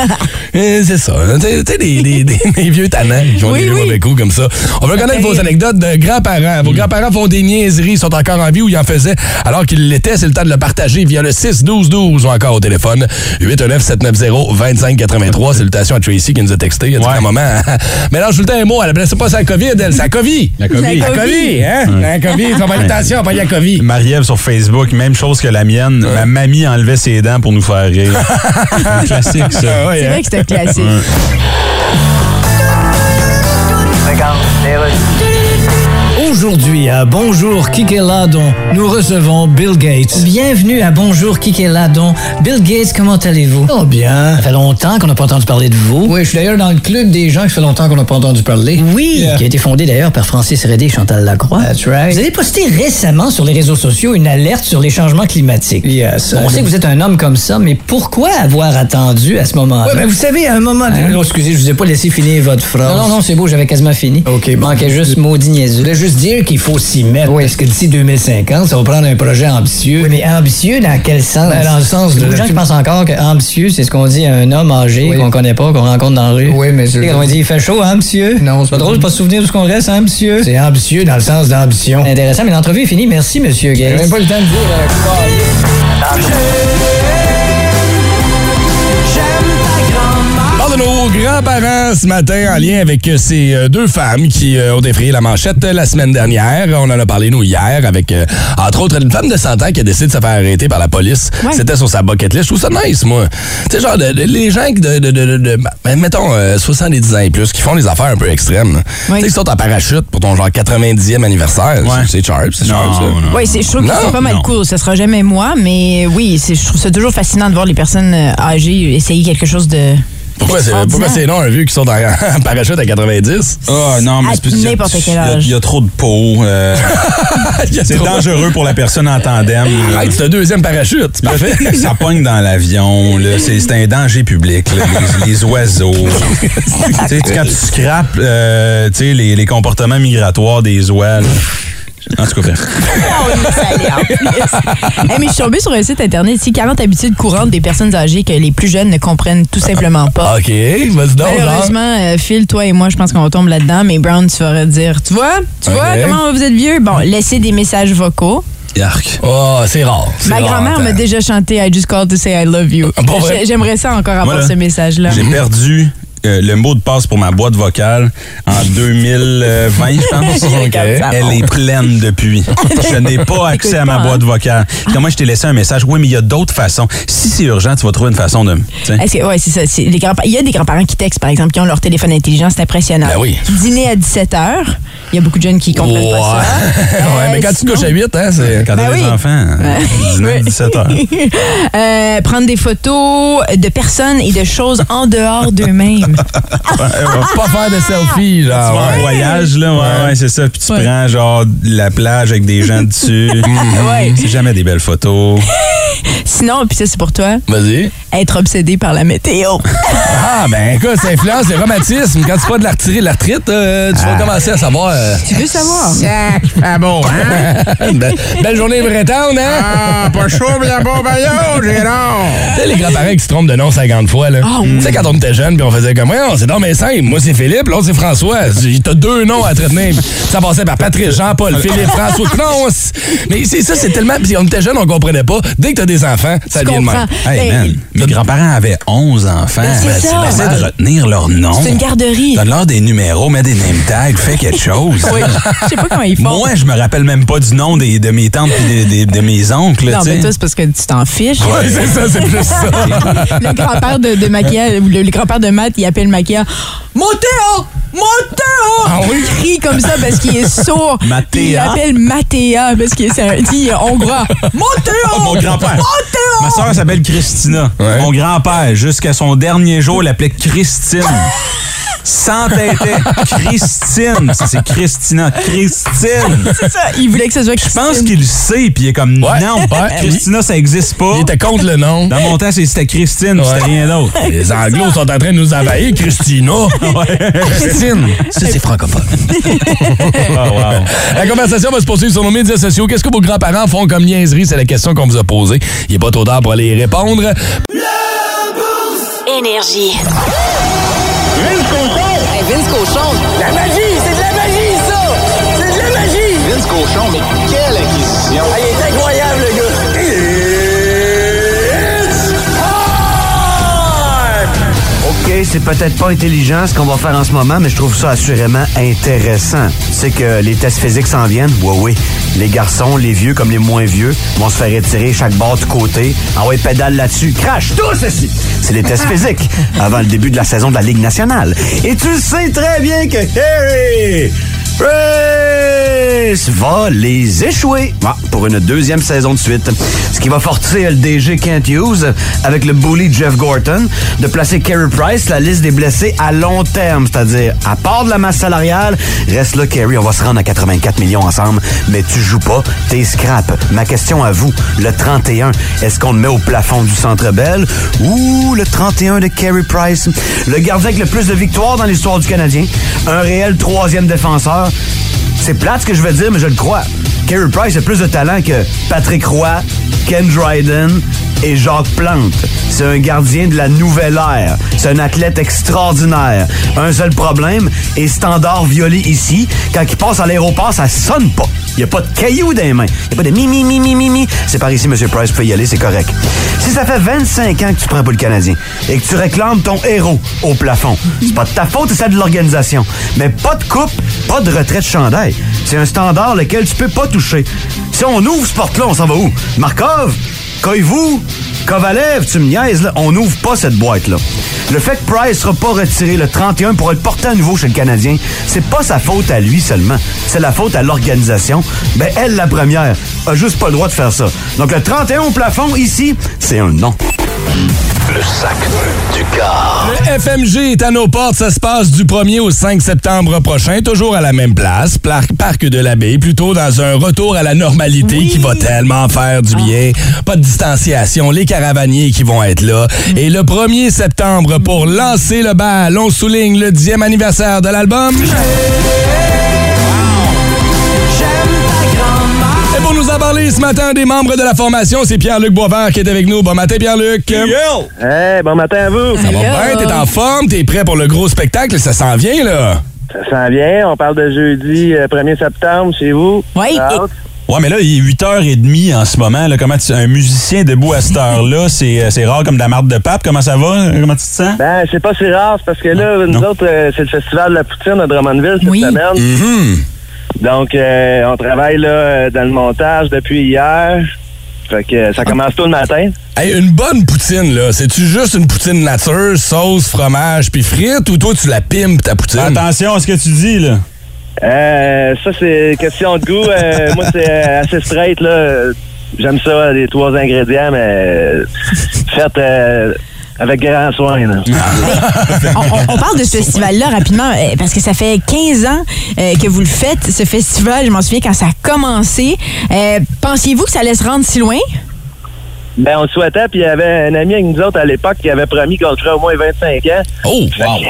[SPEAKER 3] Euh, C'est ça. Tu sais- tu sais, des, des- des- des vieux tannants qui font
[SPEAKER 5] Oui,
[SPEAKER 3] des
[SPEAKER 5] oui. Mm.
[SPEAKER 3] mauvais coups comme ça. On veut connaître vos anecdotes de grands-parents. Vos grands-parents font des niaiseries, sont encore en vie ou ils en faisaient alors qu'ils l'étaient. C'est le temps de le partager via le 6 612-12 ou encore au téléphone 819-790-2583. Salutations à Tracy qui nous a texté. Elle a dit qu'à un moment, mélange tout le temps un mot, elle appelait ça pas sa COVID, elle, sa COVID.
[SPEAKER 6] La COVID.
[SPEAKER 3] La COVID, hein? La COVID, ça va être attention, pas la COVID.
[SPEAKER 6] Marie-Ève sur Facebook, même chose que la mienne. Ma mamie enlevait ses dents pour nous faire rire. C'est un classique, ça.
[SPEAKER 5] C'est vrai que c'est un classique.
[SPEAKER 12] Aujourd'hui à Bonjour Kikeladon, nous recevons Bill Gates. Bienvenue à Bonjour Kikeladon. Bill Gates, comment allez-vous? Oh bien. Ça fait longtemps qu'on n'a pas entendu parler de vous. Oui, je suis d'ailleurs dans le club des gens qui fait longtemps qu'on n'a pas entendu parler. Oui. Qui a été fondé d'ailleurs par Francis Redé et Chantal Lacroix. That's right. Vous avez posté récemment sur les réseaux sociaux une alerte sur les changements climatiques. Yes. On sait que vous êtes un homme comme ça, mais pourquoi avoir attendu à ce moment-là?
[SPEAKER 13] Ouais, ben, vous savez, à un moment donné-
[SPEAKER 12] Non, excusez, je vous ai pas laissé finir votre phrase. Non, non, non, c'est beau, j'avais quasiment fini. OK, Il manquait juste maudit niaiseux. Je voulais juste dire qu'il faut s'y mettre. Oui. Parce que d'ici 2050, ça va prendre un projet ambitieux. Oui, mais ambitieux dans quel sens? dans le sens de... Les gens qui pensent encore que ambitieux, c'est ce qu'on dit à un homme âgé qu'on connaît pas, qu'on rencontre dans la rue. Oui, mais... On dit, il fait chaud, hein, monsieur? Non, c'est pas drôle de pas se souvenir de ce qu'on reste, hein, monsieur? C'est ambitieux dans le sens d'ambition. Intéressant, mais l'entrevue est finie. Merci, monsieur Gates.
[SPEAKER 13] même pas
[SPEAKER 12] le temps de dire...
[SPEAKER 3] Parle de nos grands-parents ce matin en lien avec euh, ces euh, deux femmes qui euh, ont défrayé la manchette euh, la semaine dernière. On en a parlé, nous, hier, avec, euh, entre autres, une femme de 100 ans qui a décidé de se faire arrêter par la police. C'était sur sa bucket list. Je trouve ça nice, moi. Tu sais, genre, de- de- les gens qui de, de, de, de- de- ben, mettons, euh, 70 ans et plus, qui font des affaires un peu extrêmes. là. Tu sais, qui sont en parachute pour ton genre 90e anniversaire. C'est c'est sharp, c'est sharp, ça.
[SPEAKER 5] Oui, c'est- je trouve que
[SPEAKER 3] Non,
[SPEAKER 5] c'est pas mal
[SPEAKER 3] non.
[SPEAKER 5] cool. Ce sera jamais moi, mais oui, c'est- je trouve ça toujours fascinant de voir les personnes euh, âgées essayer quelque chose de.
[SPEAKER 3] Pourquoi c'est pourquoi c'est non un vieux qui sont en, en parachute à 90?
[SPEAKER 6] Ah non, mais c'est parce qu'il y a-
[SPEAKER 5] n'importe quel
[SPEAKER 6] il y a-
[SPEAKER 5] âge.
[SPEAKER 6] Il y, a trop de peau. euh, c'est
[SPEAKER 3] trop-
[SPEAKER 6] dangereux pour la personne en tandem.
[SPEAKER 3] Arrête, c'est un deuxième parachute. c'est parfait.
[SPEAKER 6] Ça pogne dans l'avion. là. C'est c'est un danger public. là. Les, les oiseaux. Tu sais, tu- quand tu scrapes euh, tu sais, les, les comportements migratoires des oies. là. En tout cas, bref.
[SPEAKER 5] Hey, mais je suis tombée sur un site internet ici 40 habitudes courantes des personnes âgées que les plus jeunes ne comprennent tout simplement pas.
[SPEAKER 3] OK, vas-y donc.
[SPEAKER 5] Malheureusement, euh, Phil, toi et moi, je pense qu'on tombe là-dedans, mais Brown, tu vas dire, tu vois, tu vois
[SPEAKER 3] Ok.
[SPEAKER 5] comment vous êtes vieux? Bon, laissez des messages vocaux.
[SPEAKER 3] Yark. Oh, c'est rare. c'est
[SPEAKER 5] Ma
[SPEAKER 3] rare, hein. Ah,
[SPEAKER 5] grand-mère
[SPEAKER 3] attends.
[SPEAKER 5] m'a déjà chanté I just called to say I love you.
[SPEAKER 6] pas vrai?
[SPEAKER 5] J'ai- J'aimerais ça encore avoir
[SPEAKER 6] Voilà.
[SPEAKER 5] ce message-là.
[SPEAKER 6] J'ai perdu euh, le mot de passe pour ma boîte vocale en 2020, je pense.
[SPEAKER 5] J'ai comme ça, bon.
[SPEAKER 6] Elle est pleine depuis. Je n'ai pas accès à ma
[SPEAKER 5] hein.
[SPEAKER 6] boîte vocale. Puis Comment je t'ai laissé un message? Oui, mais il y a d'autres façons. Si c'est urgent, tu vas trouver une façon de... me- tu sais.
[SPEAKER 5] Est-ce que- ouais, c'est ça. c'est les grands- il y a des grands-parents qui textent, par exemple, qui ont leur téléphone intelligent. C'est impressionnant.
[SPEAKER 3] Ben oui.
[SPEAKER 5] Dîner à 17h. Il y a beaucoup de jeunes qui comprennent
[SPEAKER 3] Ouais.
[SPEAKER 5] pas ça.
[SPEAKER 3] Ah ouais,
[SPEAKER 5] Euh,
[SPEAKER 3] mais quand tu couches à 8, hein, c'est.
[SPEAKER 6] Quand
[SPEAKER 5] Ben
[SPEAKER 6] t'as des
[SPEAKER 5] oui.
[SPEAKER 6] enfants,
[SPEAKER 5] Ouais.
[SPEAKER 6] 19, 17 heures.
[SPEAKER 5] Euh, prendre des photos de personnes et de choses en dehors d'eux-mêmes.
[SPEAKER 3] Pas faire
[SPEAKER 5] Ah,
[SPEAKER 3] de selfie,
[SPEAKER 6] Tu
[SPEAKER 3] genre.
[SPEAKER 6] vas en Ah voyage, là, ouais, ouais, c'est ça. Puis tu prends, genre, la plage avec des gens dessus.
[SPEAKER 5] Ouais.
[SPEAKER 6] C'est jamais des belles photos.
[SPEAKER 5] Sinon, puis ça, c'est pour toi,
[SPEAKER 3] Vas-y.
[SPEAKER 5] être obsédé par la météo.
[SPEAKER 3] Ah, ben écoute, ça influence le rhumatisme. Quand tu vas de la retirer de l'arthrite, euh, tu vas commencer à savoir. euh,
[SPEAKER 5] Tu veux savoir?
[SPEAKER 10] Ah bon, hein?
[SPEAKER 3] Une belle, belle journée bretonne, hein?
[SPEAKER 10] Ah, pas chaud, mais la bombe à l'eau, Gérard!
[SPEAKER 3] Tu sais, les grands-parents qui se trompent de nom 50 fois, là.
[SPEAKER 5] Ah
[SPEAKER 3] Tu sais, quand on était jeune, puis on faisait comme, voyons, c'est dans mes simple. Moi, c'est Philippe, l'autre, c'est François. T'as deux noms à traiter. Ça passait par Patrice, Jean-Paul, Philippe, François. Non, c'est- mais c'est ça, c'est tellement. Puis on était jeunes, on comprenait pas. Dès que t'as des enfants, ça
[SPEAKER 5] Tu
[SPEAKER 3] devient le même.
[SPEAKER 5] comprends.
[SPEAKER 6] Hey,
[SPEAKER 5] Ben,
[SPEAKER 6] man, mes grands-parents avaient 11 enfants.
[SPEAKER 5] Ben, c'est
[SPEAKER 6] Ben,
[SPEAKER 5] ça.
[SPEAKER 6] tu essaies de retenir leur nom.
[SPEAKER 5] C'est une garderie.
[SPEAKER 6] Donne-leur des numéros, mets des name tags, fais quelque chose.
[SPEAKER 5] Oui, je sais pas comment ils font.
[SPEAKER 6] Moi, je me rappelle même pas du nom des, de mes tantes et de, de- de mes oncles.
[SPEAKER 5] non,
[SPEAKER 6] tu
[SPEAKER 5] mais
[SPEAKER 6] sais.
[SPEAKER 5] toi, c'est parce que tu t'en fiches.
[SPEAKER 6] Ouais, c'est ça, c'est plus ça.
[SPEAKER 5] le grand-père de, de Maquia, ou le, le grand-père de Matt, il appelle Maquia Mathéo! Mathéo!
[SPEAKER 3] Ah oui?
[SPEAKER 5] Il crie comme ça parce qu'il est sourd.
[SPEAKER 6] Mathéa.
[SPEAKER 5] Puis Il l'appelle Mathéa parce qu'il est, c'est un- tu sais, il est hongrois. Mathéo!
[SPEAKER 6] Oh, Mon grand-père. Ma
[SPEAKER 5] Mathéo!
[SPEAKER 6] soeur s'appelle Christina. Mon grand-père, jusqu'à son dernier jour, l'appelait Christine. Sans tête. Christine. Ça, c'est Christina. Christine.
[SPEAKER 5] C'est ça, il voulait que ça soit
[SPEAKER 6] Je pense qu'il le sait, puis il est comme
[SPEAKER 3] Ouais.
[SPEAKER 6] non,
[SPEAKER 3] Ouais.
[SPEAKER 6] Christina, ça existe pas.
[SPEAKER 3] Il était contre le nom.
[SPEAKER 6] Dans mon temps, c'est- c'était Christine, puis c'était rien d'autre.
[SPEAKER 3] Les Anglos sont en train de nous envahir, Christina. Christine. Ça, c'est francophone. La conversation va se poursuivre sur nos médias sociaux. Qu'est-ce que vos grands-parents font comme niaiserie? C'est la question qu'on vous a posée. Il n'est pas trop tard pour aller y répondre.
[SPEAKER 1] Énergie. Vince Cochon. Vince Cochon. La magie, c'est de la magie, ça. C'est de la magie. Vince Cochon, mais quelle acquisition. il est incroyable, le gars.
[SPEAKER 13] sais, c'est peut-être pas intelligent ce qu'on va faire en ce moment, mais je trouve ça assurément intéressant. Tu sais que les tests physiques s'en viennent. Oui, oui. Les garçons, les vieux comme les moins vieux, vont se faire étirer chaque bord de côté. Envoyer pédale là-dessus. Crash, tous ici! C'est les tests physiques avant le début de la saison de la Ligue nationale. Et tu sais très bien que Harry Price va les échouer Ah, pour une deuxième saison de suite. Ce qui va forcer le DG Kent Hughes, avec le bully Jeff Gorton, de placer Carey Price sur la liste des blessés à long terme. C'est-à-dire, à part de la masse salariale, reste là, Carey, on va se rendre à 84 millions ensemble, mais tu joues pas, t'es scrap. Ma question à vous, le 31, est-ce qu'on le met au plafond du Centre Bell ou le 31 de Carey Price? Le gardien avec le plus de victoires dans l'histoire du Canadien, un réel troisième défenseur. C'est plate ce que je vais dire, mais je le crois. Carey Price a plus de talent que Patrick Roy, Ken Dryden et Jacques Plante. C'est un gardien de la nouvelle ère. C'est un athlète extraordinaire. Un seul problème, et standard violé ici, quand il passe à l'aéroport, ça sonne pas. Il n'y a pas de cailloux dans les mains. Il n'y a pas de mi, mi, mi, mi, mi, mi. C'est par ici, M. Price, vous pouvez y aller, c'est correct. Si ça fait 25 ans que tu prends pour le Canadien et que tu réclames ton héros au plafond, c'est pas de ta faute, c'est celle de l'organisation. Mais pas de coupe, pas de retrait de chandail. C'est un standard lequel tu peux pas toucher. Si on ouvre ce porte-là, on s'en va où? Markov? Coyez-vous? Kovalev, tu me niaises, là, on n'ouvre pas cette boîte-là. Le fait que Price sera pas retiré le 31 pour être porté à nouveau chez le Canadien, c'est pas sa faute à lui seulement. C'est la faute à l'organisation. Ben, elle, la première, a juste pas le droit de faire ça. Donc, le 31 au plafond, ici, c'est un non.
[SPEAKER 2] Le sac du car.
[SPEAKER 3] Le FMG est à nos portes. Ça se passe du 1er au 5 septembre prochain, toujours à la même place, Pla- Parc de l'Abbaye, plutôt dans un retour à la normalité qui va tellement faire du bien. Pas de distanciation, les caravaniers qui vont être là. Et le 1er septembre, pour lancer le bal, on souligne le 10e anniversaire de l'album. Et pour nous en parler ce matin, un des membres de la formation, c'est Pierre-Luc Boisvert qui est avec nous. Bon matin, Pierre-Luc. Yo!
[SPEAKER 14] Hey, bon matin à vous.
[SPEAKER 3] Ça va bien, t'es en forme, t'es prêt pour le gros spectacle, ça s'en vient, là.
[SPEAKER 14] Ça s'en vient, on parle de jeudi euh, 1er septembre chez vous.
[SPEAKER 5] Oui.
[SPEAKER 6] Ouais, mais là, il est 8h30 en ce moment. Là. Comment tu- un musicien debout à cette heure-là, c'est euh, c'est rare comme de la marde de pape. Comment ça va? Comment tu te sens?
[SPEAKER 14] Ben, c'est pas si rare, c'est parce que là, nous autres, euh, c'est le festival de la poutine à Drummondville cette semaine. Donc, euh, on travaille là, euh, dans le montage depuis hier. Fait que euh, ça commence tôt le matin.
[SPEAKER 3] Hey, une bonne poutine, là, c'est-tu juste une poutine nature, sauce, fromage, puis frites, ou toi, tu la pimes, ta poutine?
[SPEAKER 6] Attention à ce que tu dis, là.
[SPEAKER 14] Euh, ça, c'est question de goût. Euh, moi, c'est euh, assez straight, là. J'aime ça, les trois ingrédients, mais euh, faites euh, avec grand soin, là.
[SPEAKER 5] on, on- on parle de ce festival-là rapidement euh, parce que ça fait 15 ans euh, que vous le faites, ce festival. Je m'en souviens quand ça a commencé. Euh, Pensiez-vous que ça allait se rendre si loin?
[SPEAKER 14] Ben, on le souhaitait, puis il y avait un ami avec nous autres à l'époque qui avait promis qu'on le ferait au moins 25 ans.
[SPEAKER 3] Oh,
[SPEAKER 14] wow!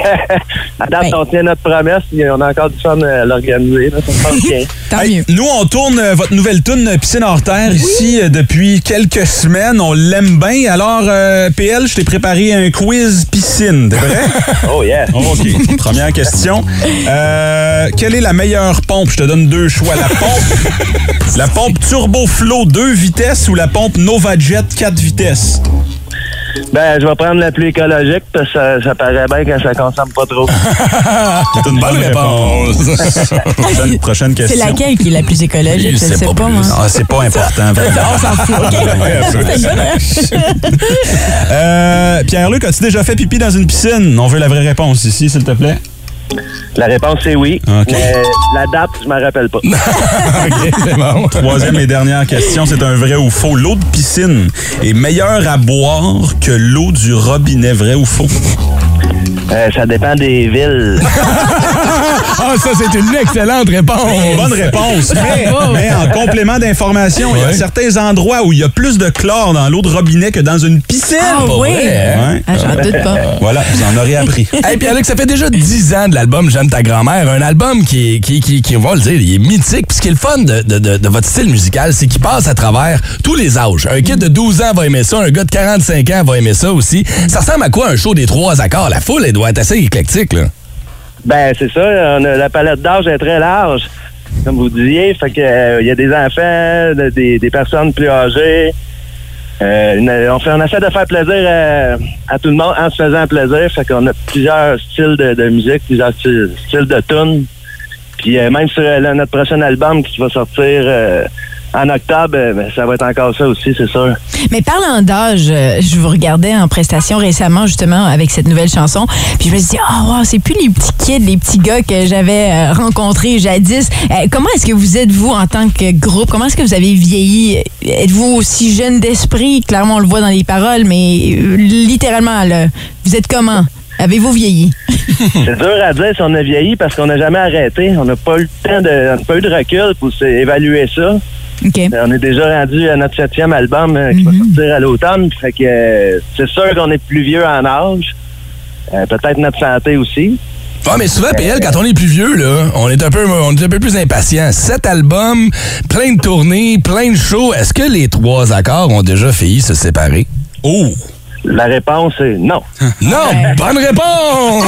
[SPEAKER 14] à date, on tient notre promesse, puis on a encore du fun à l'organiser. là. Ça se passe bien.
[SPEAKER 6] Hey, Nous, on tourne euh, votre nouvelle tune Piscine hors terre ici euh, depuis quelques semaines. On l'aime bien. Alors, euh, PL, je t'ai préparé un quiz piscine, t'es prêt?
[SPEAKER 14] oh, yeah.
[SPEAKER 6] OK. Première question. Euh, quelle est la meilleure pompe? Je te donne deux choix. La pompe, la pompe Turbo Flow 2 vitesses ou la pompe NovaJet 4 vitesses?
[SPEAKER 14] Ben, je vais prendre la plus écologique, parce que ça, ça paraît bien quand ça consomme pas trop.
[SPEAKER 6] Ah, C'est une bonne réponse. prochaine, prochaine
[SPEAKER 5] C'est
[SPEAKER 6] question.
[SPEAKER 5] laquelle qui est la plus écologique? Je ne sais pas, moi.
[SPEAKER 6] Ah, c'est pas important.
[SPEAKER 5] On s'en fout, OK? C'est une bonne
[SPEAKER 6] Euh, Pierre-Luc, as-tu déjà fait pipi dans une piscine? On veut la vraie réponse ici, s'il te plaît.
[SPEAKER 14] La réponse, c'est oui.
[SPEAKER 6] OK.
[SPEAKER 14] Mais la date, je m'en rappelle pas.
[SPEAKER 6] Troisième et dernière question, c'est un vrai ou faux. L'eau de piscine est meilleure à boire que l'eau du robinet, vrai ou faux?
[SPEAKER 14] Euh, ça dépend des villes.
[SPEAKER 3] ah, ça, c'est une excellente réponse.
[SPEAKER 6] Bonne réponse. Mais,
[SPEAKER 3] Bravo.
[SPEAKER 6] mais en complément d'information, il y a
[SPEAKER 3] Ouais.
[SPEAKER 6] certains endroits où il y a plus de chlore dans l'eau de robinet que dans une piscine.
[SPEAKER 3] Ah Pas oui? vrai, hein? Ah, j'en doute pas.
[SPEAKER 6] Voilà, vous en aurez appris.
[SPEAKER 3] Hey, puis Alex, ça fait déjà 10 ans de l'album J'aime ta grand-mère. Un album qui, est- qui, qui, qui, on va le dire, il est mythique. Puis ce qui est le fun de, de- de- de votre style musical, c'est qu'il passe à travers tous les âges. Un kid de 12 ans va aimer ça, un gars de 45 ans va aimer ça aussi. Ça ressemble à quoi un show des trois accords? La foule, elle doit être assez éclectique, là.
[SPEAKER 14] Ben, c'est ça. on a- la palette d'âge est très large, comme vous disiez. Fait que, euh, il y a des enfants, de- des, des personnes plus âgées. Euh, une- on, fait, on essaie de faire plaisir euh, à, à tout le monde en se faisant plaisir. Fait qu'on a plusieurs styles de, de musique, plusieurs styles, styles de tunes. Puis euh, même sur euh, le- notre prochain album qui va sortir euh, en octobre, euh, ben, ça va être encore ça aussi, c'est sûr.
[SPEAKER 5] Mais parlant d'âge, euh, je vous regardais en prestation récemment, justement, avec cette nouvelle chanson. Puis je me suis dit, oh, wow, c'est plus les petits kids, les petits gars que j'avais euh, rencontrés jadis. Euh, comment est-ce que vous êtes, vous, en tant que groupe? Comment est-ce que vous avez vieilli? Êtes-vous aussi jeune d'esprit? Clairement, on le voit dans les paroles, mais euh, littéralement, là, vous êtes comment? Avez-vous vieilli?
[SPEAKER 14] C'est dur à dire si on a vieilli parce qu'on n'a jamais arrêté. On n'a pas eu le temps de, on n'a pas eu de recul pour s- évaluer ça. On est déjà rendu à notre septième album euh, qui va sortir à l'automne. Fait que euh, c'est sûr qu'on est plus vieux en âge. Euh, Peut-être notre santé aussi.
[SPEAKER 3] Ah, mais souvent, PL, quand on est plus vieux, là, on est un peu, on est un peu plus impatient. Sept albums, plein de tournées, plein de shows. Est-ce que les trois accords ont déjà failli se séparer? Oh!
[SPEAKER 14] La réponse est non.
[SPEAKER 3] Non! Bonne réponse! Oh.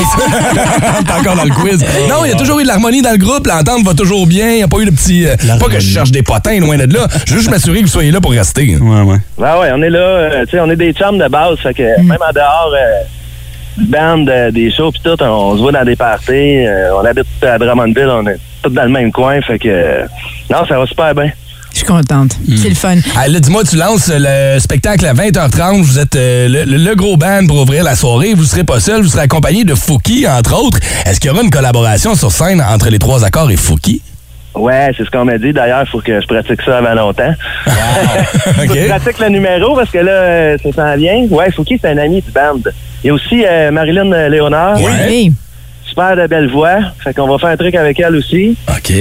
[SPEAKER 3] T'es encore dans le quiz. Non, il y a toujours eu de l'harmonie dans le groupe. L'entente va toujours bien. Il n'y a pas eu de petit. euh, pas que je cherche des potins loin de là. Je veux juste m'assurer que vous soyez là pour rester.
[SPEAKER 6] Ouais, ouais.
[SPEAKER 14] Ben ouais, on est là, euh, tu sais, on est des chums de base, fait que même en dehors euh, du band, euh, des shows pis tout, on, on se voit dans des parties, euh, on habite à Drummondville, on est tous dans le même coin, fait que euh, non, ça va super bien.
[SPEAKER 5] Je suis contente. C'est le fun.
[SPEAKER 3] Ah, là, dis-moi, tu lances le spectacle à 20h30. Vous êtes euh, le, le- le gros band pour ouvrir la soirée. Vous serez pas seul. Vous serez accompagné de Fouki, entre autres. Est-ce qu'il y aura une collaboration sur scène entre les trois accords et Fouki?
[SPEAKER 14] Ouais, c'est ce qu'on m'a dit. D'ailleurs, faut que je pratique ça avant longtemps. Faut que je pratique le numéro parce que là, euh, ça s'en vient. Ouais, Fouki, c'est un ami du band. Il y a aussi euh, Marilyn euh, Léonard.
[SPEAKER 5] Oui.
[SPEAKER 14] Super de belle voix. Fait qu'on va faire un truc avec elle aussi.
[SPEAKER 3] OK.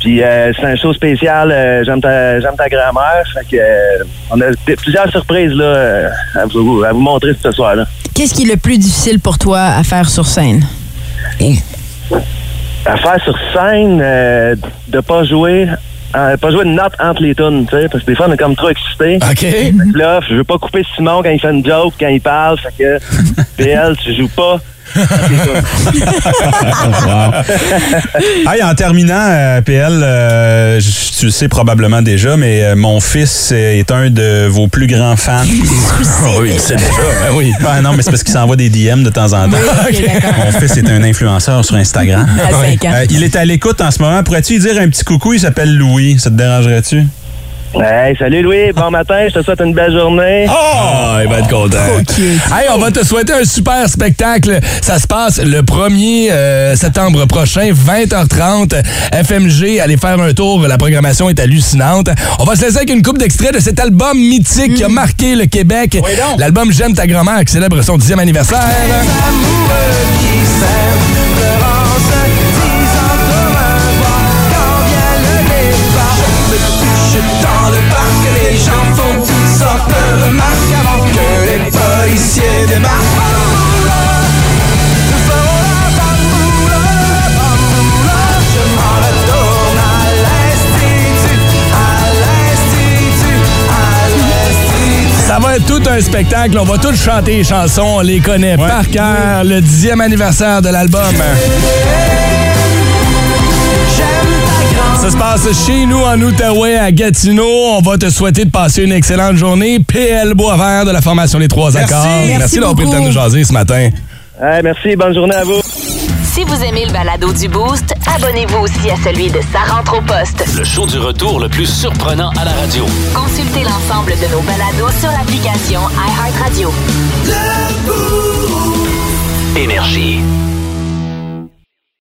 [SPEAKER 14] Puis euh, c'est un show spécial. euh, J'aime ta, j'aime ta grand-mère. Fait que euh, on a des- plusieurs surprises là, euh, à, vous, à vous montrer ce soir-là.
[SPEAKER 5] Qu'est-ce qui est le plus difficile pour toi à faire sur scène?
[SPEAKER 14] à faire sur scène euh, de pas jouer euh, pas jouer de note entre les tunes, tu sais, parce que des fois on est comme trop excité.
[SPEAKER 3] OK.
[SPEAKER 14] Là, je veux pas couper Simon quand il fait une joke, quand il parle, fait que PL, tu joues pas.
[SPEAKER 6] Hey, en terminant, euh, PL, euh, j- tu le sais probablement déjà, mais euh, mon fils est un de vos plus grands fans.
[SPEAKER 3] oui, c'est déjà, ben oui.
[SPEAKER 6] Ah, non, mais c'est parce qu'il s'envoie des DM de temps en temps.
[SPEAKER 5] Oui, ok, d'accord.
[SPEAKER 6] Mon fils est un influenceur sur Instagram.
[SPEAKER 5] À cinq ans.
[SPEAKER 6] Euh, il est à l'écoute en ce moment. Pourrais-tu lui dire un petit coucou? Il s'appelle Louis. Ça te dérangerait-tu?
[SPEAKER 14] Hey, salut Louis, bon matin, je te souhaite une belle journée.
[SPEAKER 3] Ah, il va être content. Hey, on va te souhaiter un super spectacle. Ça se passe le 1er euh, septembre prochain, 20h30. FMG, allez faire un tour. La programmation est hallucinante. On va se laisser avec une coupe d'extraits de cet album mythique
[SPEAKER 1] Mm.
[SPEAKER 3] qui a marqué le Québec. L'album J'aime ta grand-mère qui célèbre son 10e anniversaire.
[SPEAKER 1] Dans le parc, les gens font toutes sortes de remarques avant que les policiers démarquent.
[SPEAKER 3] Ça va être tout un spectacle. On va tous chanter les chansons. On les connaît par cœur. Le 10e anniversaire de l'album. Ça se passe chez nous en Outaouais, à Gatineau. On va te souhaiter de passer une excellente journée. PL Boisvert de la formation Les Trois
[SPEAKER 1] Merci.
[SPEAKER 3] Accords.
[SPEAKER 1] Merci
[SPEAKER 3] d'avoir pris le
[SPEAKER 1] beaucoup.
[SPEAKER 3] temps de nous jaser ce matin.
[SPEAKER 14] Hey, merci, bonne journée à vous.
[SPEAKER 15] Si vous aimez le balado du Boost, abonnez-vous aussi à celui de Sa rentre au poste.
[SPEAKER 2] Le show du retour le plus surprenant à la radio.
[SPEAKER 15] Consultez l'ensemble de nos balados sur l'application iHeartRadio.
[SPEAKER 2] Énergie.